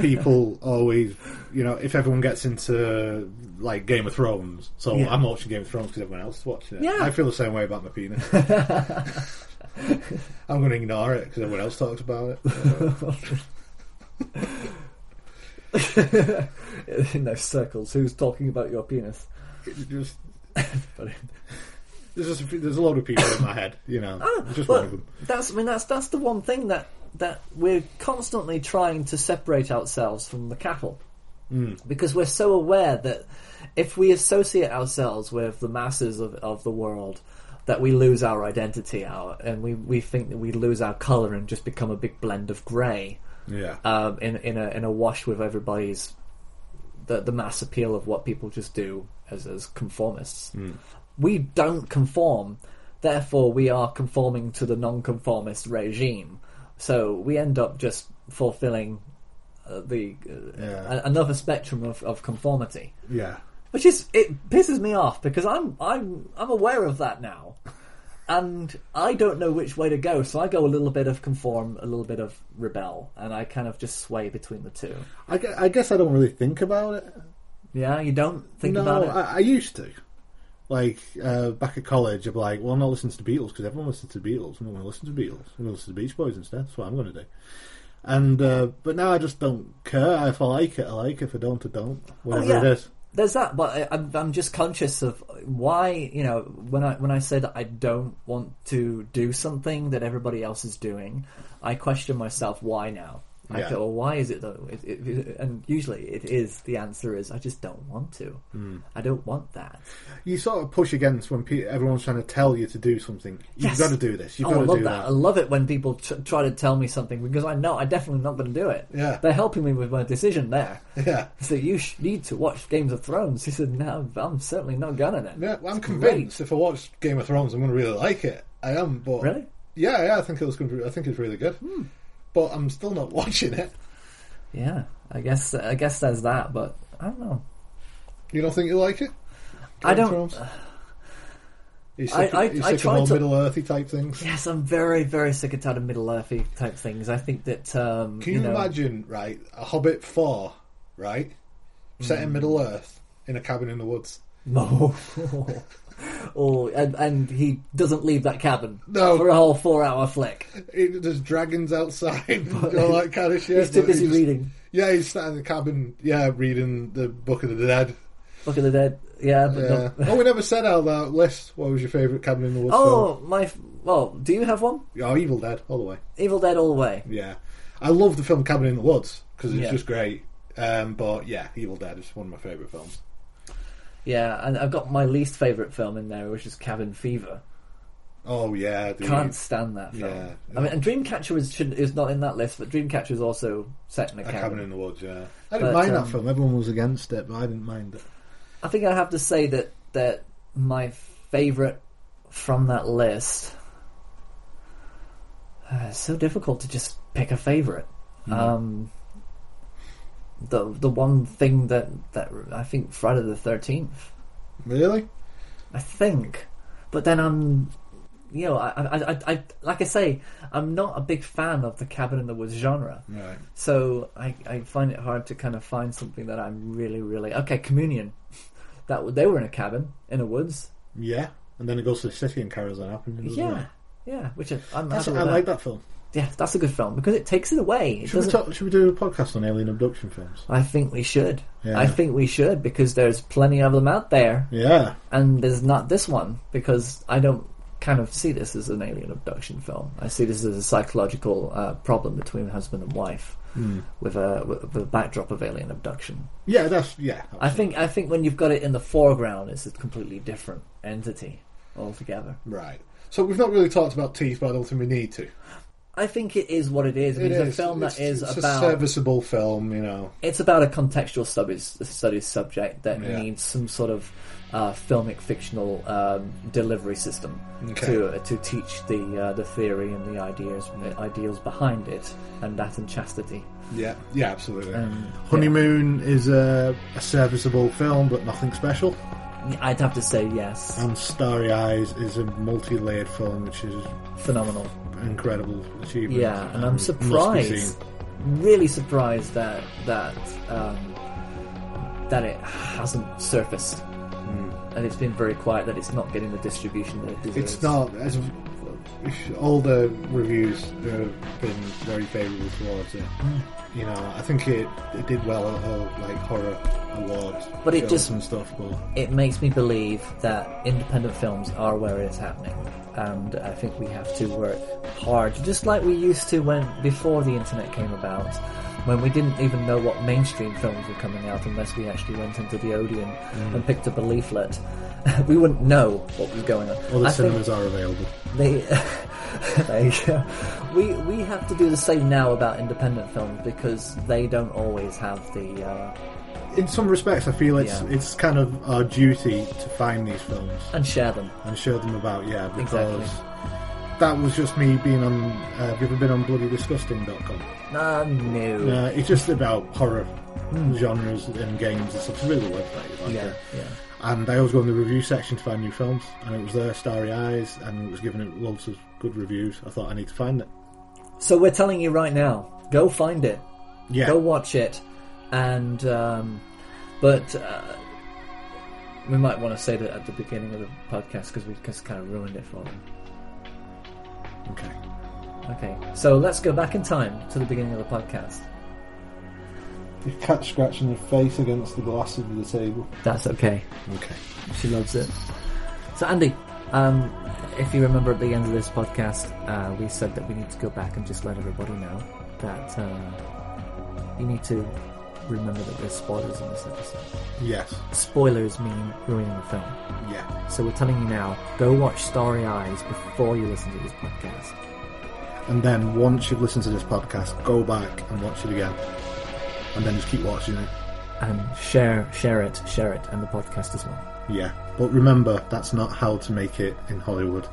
Speaker 1: people always, you know, if everyone gets into like Game of Thrones, so
Speaker 2: Yeah.
Speaker 1: I'm watching Game of Thrones because everyone else is watching it.
Speaker 2: Yeah.
Speaker 1: I feel the same way about my
Speaker 2: [laughs]
Speaker 1: penis. I'm going to ignore it because everyone else talks about it.
Speaker 2: [laughs] in those circles. Who's talking about your penis?
Speaker 1: It just there's just a few- there's a lot of people in my head, you know,
Speaker 2: Oh,
Speaker 1: just one of them.
Speaker 2: That's I mean that's that's the one thing that that we're constantly trying to separate ourselves from the cattle
Speaker 1: Mm.
Speaker 2: because we're so aware that if we associate ourselves with the masses of, of the world that we lose our identity our and we, we think that we lose our color and just become a big blend of gray
Speaker 1: Yeah.
Speaker 2: um, in in a in a wash with everybody's the the mass appeal of what people just do as as conformists. We don't conform, therefore we are conforming to the non-conformist regime. So we end up just fulfilling uh, the uh,
Speaker 1: Yeah.
Speaker 2: a- another spectrum of, of conformity,
Speaker 1: Yeah.
Speaker 2: which is it pisses me off because I'm I'm I'm aware of that now. And I don't know which way to go, so I go a little bit of conform, a little bit of rebel, and I kind of just sway between the two.
Speaker 1: I, gue- I guess I don't really think about it.
Speaker 2: Yeah, you don't think
Speaker 1: no,
Speaker 2: about it.
Speaker 1: I, I used to. Like uh, back at college, I'd be like, "Well, I'm not listening to the Beatles because everyone listens to the Beatles. I'm not going to listen to the Beatles. I'm going to listen to Beach Boys instead. That's what I'm going to do." And uh, but now I just don't care. If I like it, I like. it. If I don't, I don't. Whatever
Speaker 2: Oh, yeah.
Speaker 1: it is.
Speaker 2: There's that, but I, I'm, I'm just conscious of why you know when I when I said I don't want to do something that everybody else is doing, I question myself why now. I
Speaker 1: Yeah.
Speaker 2: thought, well, why is it though? It, it, it- and usually it is the answer is I just don't want to.
Speaker 1: Mm.
Speaker 2: I don't want that.
Speaker 1: You sort of push against when pe- everyone's trying to tell you to do something. You've
Speaker 2: Yes.
Speaker 1: got to do this. You've
Speaker 2: oh,
Speaker 1: got
Speaker 2: I
Speaker 1: to
Speaker 2: love
Speaker 1: do
Speaker 2: that. I love it when people tr- try to tell me something because I know I'm definitely not going to do it.
Speaker 1: Yeah.
Speaker 2: they're helping me with my decision there.
Speaker 1: Yeah.
Speaker 2: So you sh- need to watch Games of Thrones. He said, "No, I'm certainly not gonna." Then.
Speaker 1: Yeah, well, I'm convinced if I watch Game of Thrones, I'm going to really like it. I am, but
Speaker 2: Really? Hmm.
Speaker 1: yeah, yeah, I think it was going to. Be, I think it's really good, but I'm still not [laughs] watching it.
Speaker 2: Yeah, I guess I guess there's that, but I don't know.
Speaker 1: You don't think you like it?
Speaker 2: I
Speaker 1: Game of
Speaker 2: don't-
Speaker 1: Thrones? You're
Speaker 2: I-
Speaker 1: sick, of-
Speaker 2: I-
Speaker 1: you're
Speaker 2: I
Speaker 1: sick of
Speaker 2: tried
Speaker 1: all
Speaker 2: to-
Speaker 1: Middle Earthy type things.
Speaker 2: [laughs] Yes, I'm very very sick and tired of Middle Earthy type things. I think that um,
Speaker 1: Can you,
Speaker 2: know, [laughs]
Speaker 1: imagine, right? A Hobbit four, right? Set
Speaker 2: Mm.
Speaker 1: in Middle Earth in a cabin in the woods.
Speaker 2: No. or and, and he doesn't leave that cabin
Speaker 1: No.
Speaker 2: for a whole four hour flick.
Speaker 1: It, there's dragons
Speaker 2: [laughs]
Speaker 1: outside, [laughs] and all that kind of shit.
Speaker 2: He's too
Speaker 1: but
Speaker 2: busy
Speaker 1: just-
Speaker 2: reading.
Speaker 1: Yeah, he's sat in the cabin. Yeah, reading the Book of the Dead.
Speaker 2: Book of the Dead. Yeah. But
Speaker 1: Yeah.
Speaker 2: not-
Speaker 1: oh, we never said out loud list. What was your favourite cabin in the woods?
Speaker 2: oh my. Well, do you have one?
Speaker 1: film? oh, Evil Dead, all the way.
Speaker 2: Evil Dead all the way.
Speaker 1: Yeah, I love the film Cabin in the Woods because it's
Speaker 2: Yeah.
Speaker 1: just great. Um, but yeah, Evil Dead is one of my favourite films.
Speaker 2: Yeah, and I've got my least favorite film in there, which is Cabin Fever.
Speaker 1: Oh yeah, dude.
Speaker 2: Can't stand that film.
Speaker 1: Yeah.
Speaker 2: I mean, and Dreamcatcher is should, is not in that list, but Dreamcatcher is also set in a
Speaker 1: A
Speaker 2: cabin.
Speaker 1: Cabin in the Woods. Yeah, I didn't
Speaker 2: But,
Speaker 1: mind
Speaker 2: um,
Speaker 1: that film. Everyone was against it, but I didn't mind it.
Speaker 2: I think I have to say that that my favorite from that list. Uh, it's so difficult to just pick a favorite. Um, the the one thing that that I think Friday the Thirteenth.
Speaker 1: Really?
Speaker 2: I think, but then I'm. You know, I, I, I, I, like I say, I'm not a big fan of the cabin in the woods genre.
Speaker 1: Right.
Speaker 2: So I, I find it hard to kind of find something that I'm really, really okay. Communion, [laughs] that w- they were in a cabin in a woods.
Speaker 1: Yeah, and then it goes to the city and carries on happening. doesn't
Speaker 2: Yeah,
Speaker 1: it?
Speaker 2: yeah. Which is, I'm
Speaker 1: That's-
Speaker 2: happy
Speaker 1: I
Speaker 2: with
Speaker 1: like that film.
Speaker 2: Yeah, that's a good film because it takes it away. It
Speaker 1: Should we,
Speaker 2: doesn't-
Speaker 1: talk, should we do a podcast on alien abduction films?
Speaker 2: I think we should.
Speaker 1: Yeah.
Speaker 2: I think we should because there's plenty of them out there.
Speaker 1: Yeah.
Speaker 2: And there's not this one because I don't kind of see this as an alien abduction film. I see this as a psychological uh, problem between husband and wife
Speaker 1: Hmm.
Speaker 2: with a with a backdrop of alien abduction.
Speaker 1: Yeah, that's yeah.
Speaker 2: I think I think when you've got it in the foreground, it's a completely different entity altogether.
Speaker 1: Right. So we've not really talked about teeth, but I don't think we need to.
Speaker 2: I think it is what it is. I mean,
Speaker 1: It
Speaker 2: it's
Speaker 1: is.
Speaker 2: a film that
Speaker 1: It's-
Speaker 2: is
Speaker 1: it's
Speaker 2: about
Speaker 1: a serviceable film, you know.
Speaker 2: it's about a contextual studies studies subject that
Speaker 1: Yeah.
Speaker 2: needs some sort of uh, filmic fictional um, delivery system
Speaker 1: Okay.
Speaker 2: to uh, to teach the uh, the theory and the ideas ideals behind it, and that and chastity.
Speaker 1: Yeah, yeah, absolutely.
Speaker 2: Um,
Speaker 1: Honeymoon is a, a serviceable film, but nothing special.
Speaker 2: I'd have to say yes.
Speaker 1: And Starry Eyes is a multi-layered film, which is
Speaker 2: phenomenal,
Speaker 1: incredible achievement.
Speaker 2: Yeah, and I'm
Speaker 1: must be
Speaker 2: surprised,
Speaker 1: seen.
Speaker 2: really surprised that that um, that it hasn't surfaced, and it's been very quiet. That it's not getting the distribution that it deserves.
Speaker 1: Hmm. It's not as if all the reviews have been very favourable towards it.
Speaker 2: Mm.
Speaker 1: You know, I think it, it did well at all like horror awards,
Speaker 2: But it
Speaker 1: shows
Speaker 2: just-
Speaker 1: and stuff. But
Speaker 2: It makes me believe that independent films are where it's happening, and I think we have to work hard, just like we used to when before the internet came about, when we didn't even know what mainstream films were coming out unless we actually went into the Odeon
Speaker 1: Mm.
Speaker 2: and picked up a leaflet. [laughs] we wouldn't know what was going on.
Speaker 1: all the
Speaker 2: I think-
Speaker 1: cinemas are available.
Speaker 2: they, they [laughs] we we have to do the same now about independent films because they don't always have the uh,
Speaker 1: In some respects, I feel it's
Speaker 2: Yeah.
Speaker 1: it's kind of our duty to find these films
Speaker 2: and share them.
Speaker 1: and show them about. Yeah, because
Speaker 2: Exactly.
Speaker 1: that was just me being on. Uh, have you ever been on bloodydisgusting.com?
Speaker 2: Uh, no.
Speaker 1: Uh, it's just about horror genres and games and stuff. It's really a website. it's Like
Speaker 2: Hmm. Yeah,
Speaker 1: that.
Speaker 2: yeah.
Speaker 1: And I always go in the review section to find new films, and it was there, Starry Eyes, and it was giving it loads of good reviews. I thought I need to find it.
Speaker 2: So we're telling you right now, go find it,
Speaker 1: Yeah.
Speaker 2: go watch it, and um, but uh, we might want to say that at the beginning of the podcast because we just kind of ruined it for them.
Speaker 1: Okay.
Speaker 2: Okay, so let's go back in time to the beginning of the podcast.
Speaker 1: Your cat scratching her face against the glass of the table.
Speaker 2: That's okay.
Speaker 1: Okay.
Speaker 2: She loves it. So, Andy, um, if you remember at the end of this podcast, uh, we said that we need to go back and just let everybody know that uh, you need to remember that there's spoilers in this episode.
Speaker 1: Yes.
Speaker 2: Spoilers mean ruining the film.
Speaker 1: Yeah.
Speaker 2: So, we're telling you now go watch Starry Eyes before you listen to this podcast.
Speaker 1: And then once you've listened to this podcast, go back and watch it again, and then just keep watching it.
Speaker 2: And share, share it, share it, and the podcast as well.
Speaker 1: Yeah, but remember, that's not how to make it in Hollywood.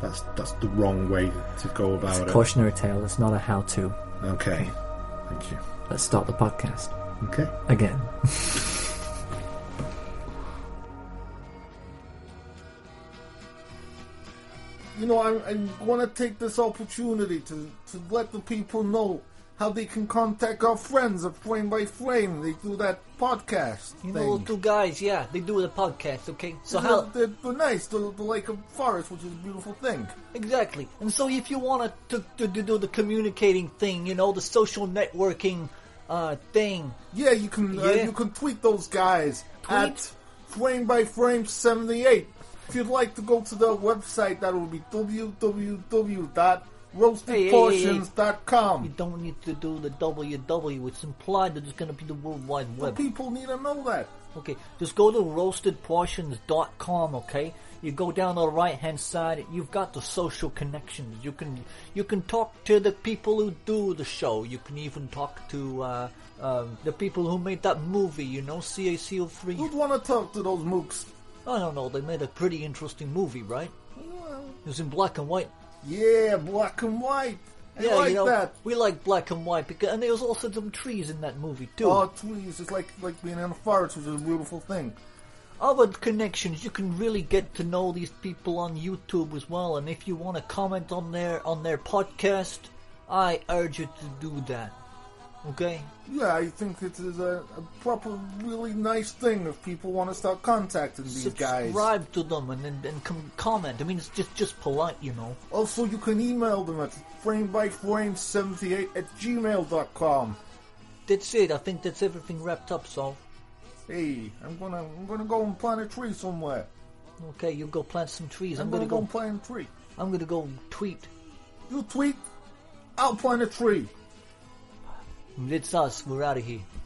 Speaker 1: That's that's the wrong way to go about
Speaker 2: It's a
Speaker 1: it.
Speaker 2: cautionary tale, it's not a how to.
Speaker 1: Okay, thank you.
Speaker 2: Let's start the podcast
Speaker 1: Okay.
Speaker 2: again.
Speaker 19: You know, I, I want to take this opportunity to, to let the people know how they can contact our friends at Frame by Frame. They do that podcast
Speaker 20: You
Speaker 19: thing.
Speaker 20: know, two guys, yeah, they do the podcast, okay? So
Speaker 19: [laughs] They're-
Speaker 20: how...
Speaker 19: They're, they're nice. They're, they're like a forest, which is a beautiful thing.
Speaker 20: Exactly. And so if you want to, to, to do the communicating thing, you know, the social networking uh, thing...
Speaker 19: Yeah, you can uh,
Speaker 20: Yeah.
Speaker 19: you can tweet those guys at Frame by Frame 78. If you'd like to go to their website, that will be www.roastedportions.com.
Speaker 20: You don't need to do the WW. It's implied that it's going to be the World Wide Web.
Speaker 19: people need to know that.
Speaker 20: Okay, just go to roastedportions.com, okay? You go down the right hand side, you've got the social connections. You can you can talk to the people who do the show. You can even talk to uh, um, the people who made that movie, you know, CACO3.
Speaker 19: Who'd want to talk to those mooks?
Speaker 20: I don't know, they made a pretty interesting movie, right? It was in black and white.
Speaker 19: Yeah, black and white. I
Speaker 20: yeah,
Speaker 19: like
Speaker 20: you know,
Speaker 19: that.
Speaker 20: we like black and white because, and there was also some trees in that movie too.
Speaker 19: Oh, trees. It's like like being in a forest, which is a beautiful thing.
Speaker 20: other connections you can really get to know these people on youtube as well and if you want to comment on their on their podcast i urge you to do that okay
Speaker 19: Yeah, I think this is a, a proper, really nice thing if people want to start contacting these guys.
Speaker 20: subscribe to them and and, and com- comment i mean it's just just polite you know
Speaker 19: Also, you can email them at framebyframe78 at gmail.com.
Speaker 20: that's it i think that's everything wrapped up so
Speaker 19: Hey, I'm gonna I'm gonna go and plant a tree somewhere.
Speaker 20: okay you go plant some trees i'm,
Speaker 19: I'm
Speaker 20: gonna,
Speaker 19: gonna go
Speaker 20: go
Speaker 19: and plant a tree.
Speaker 20: i'm gonna go tweet
Speaker 19: You tweet, I'll plant a tree.
Speaker 20: it's us we're out of here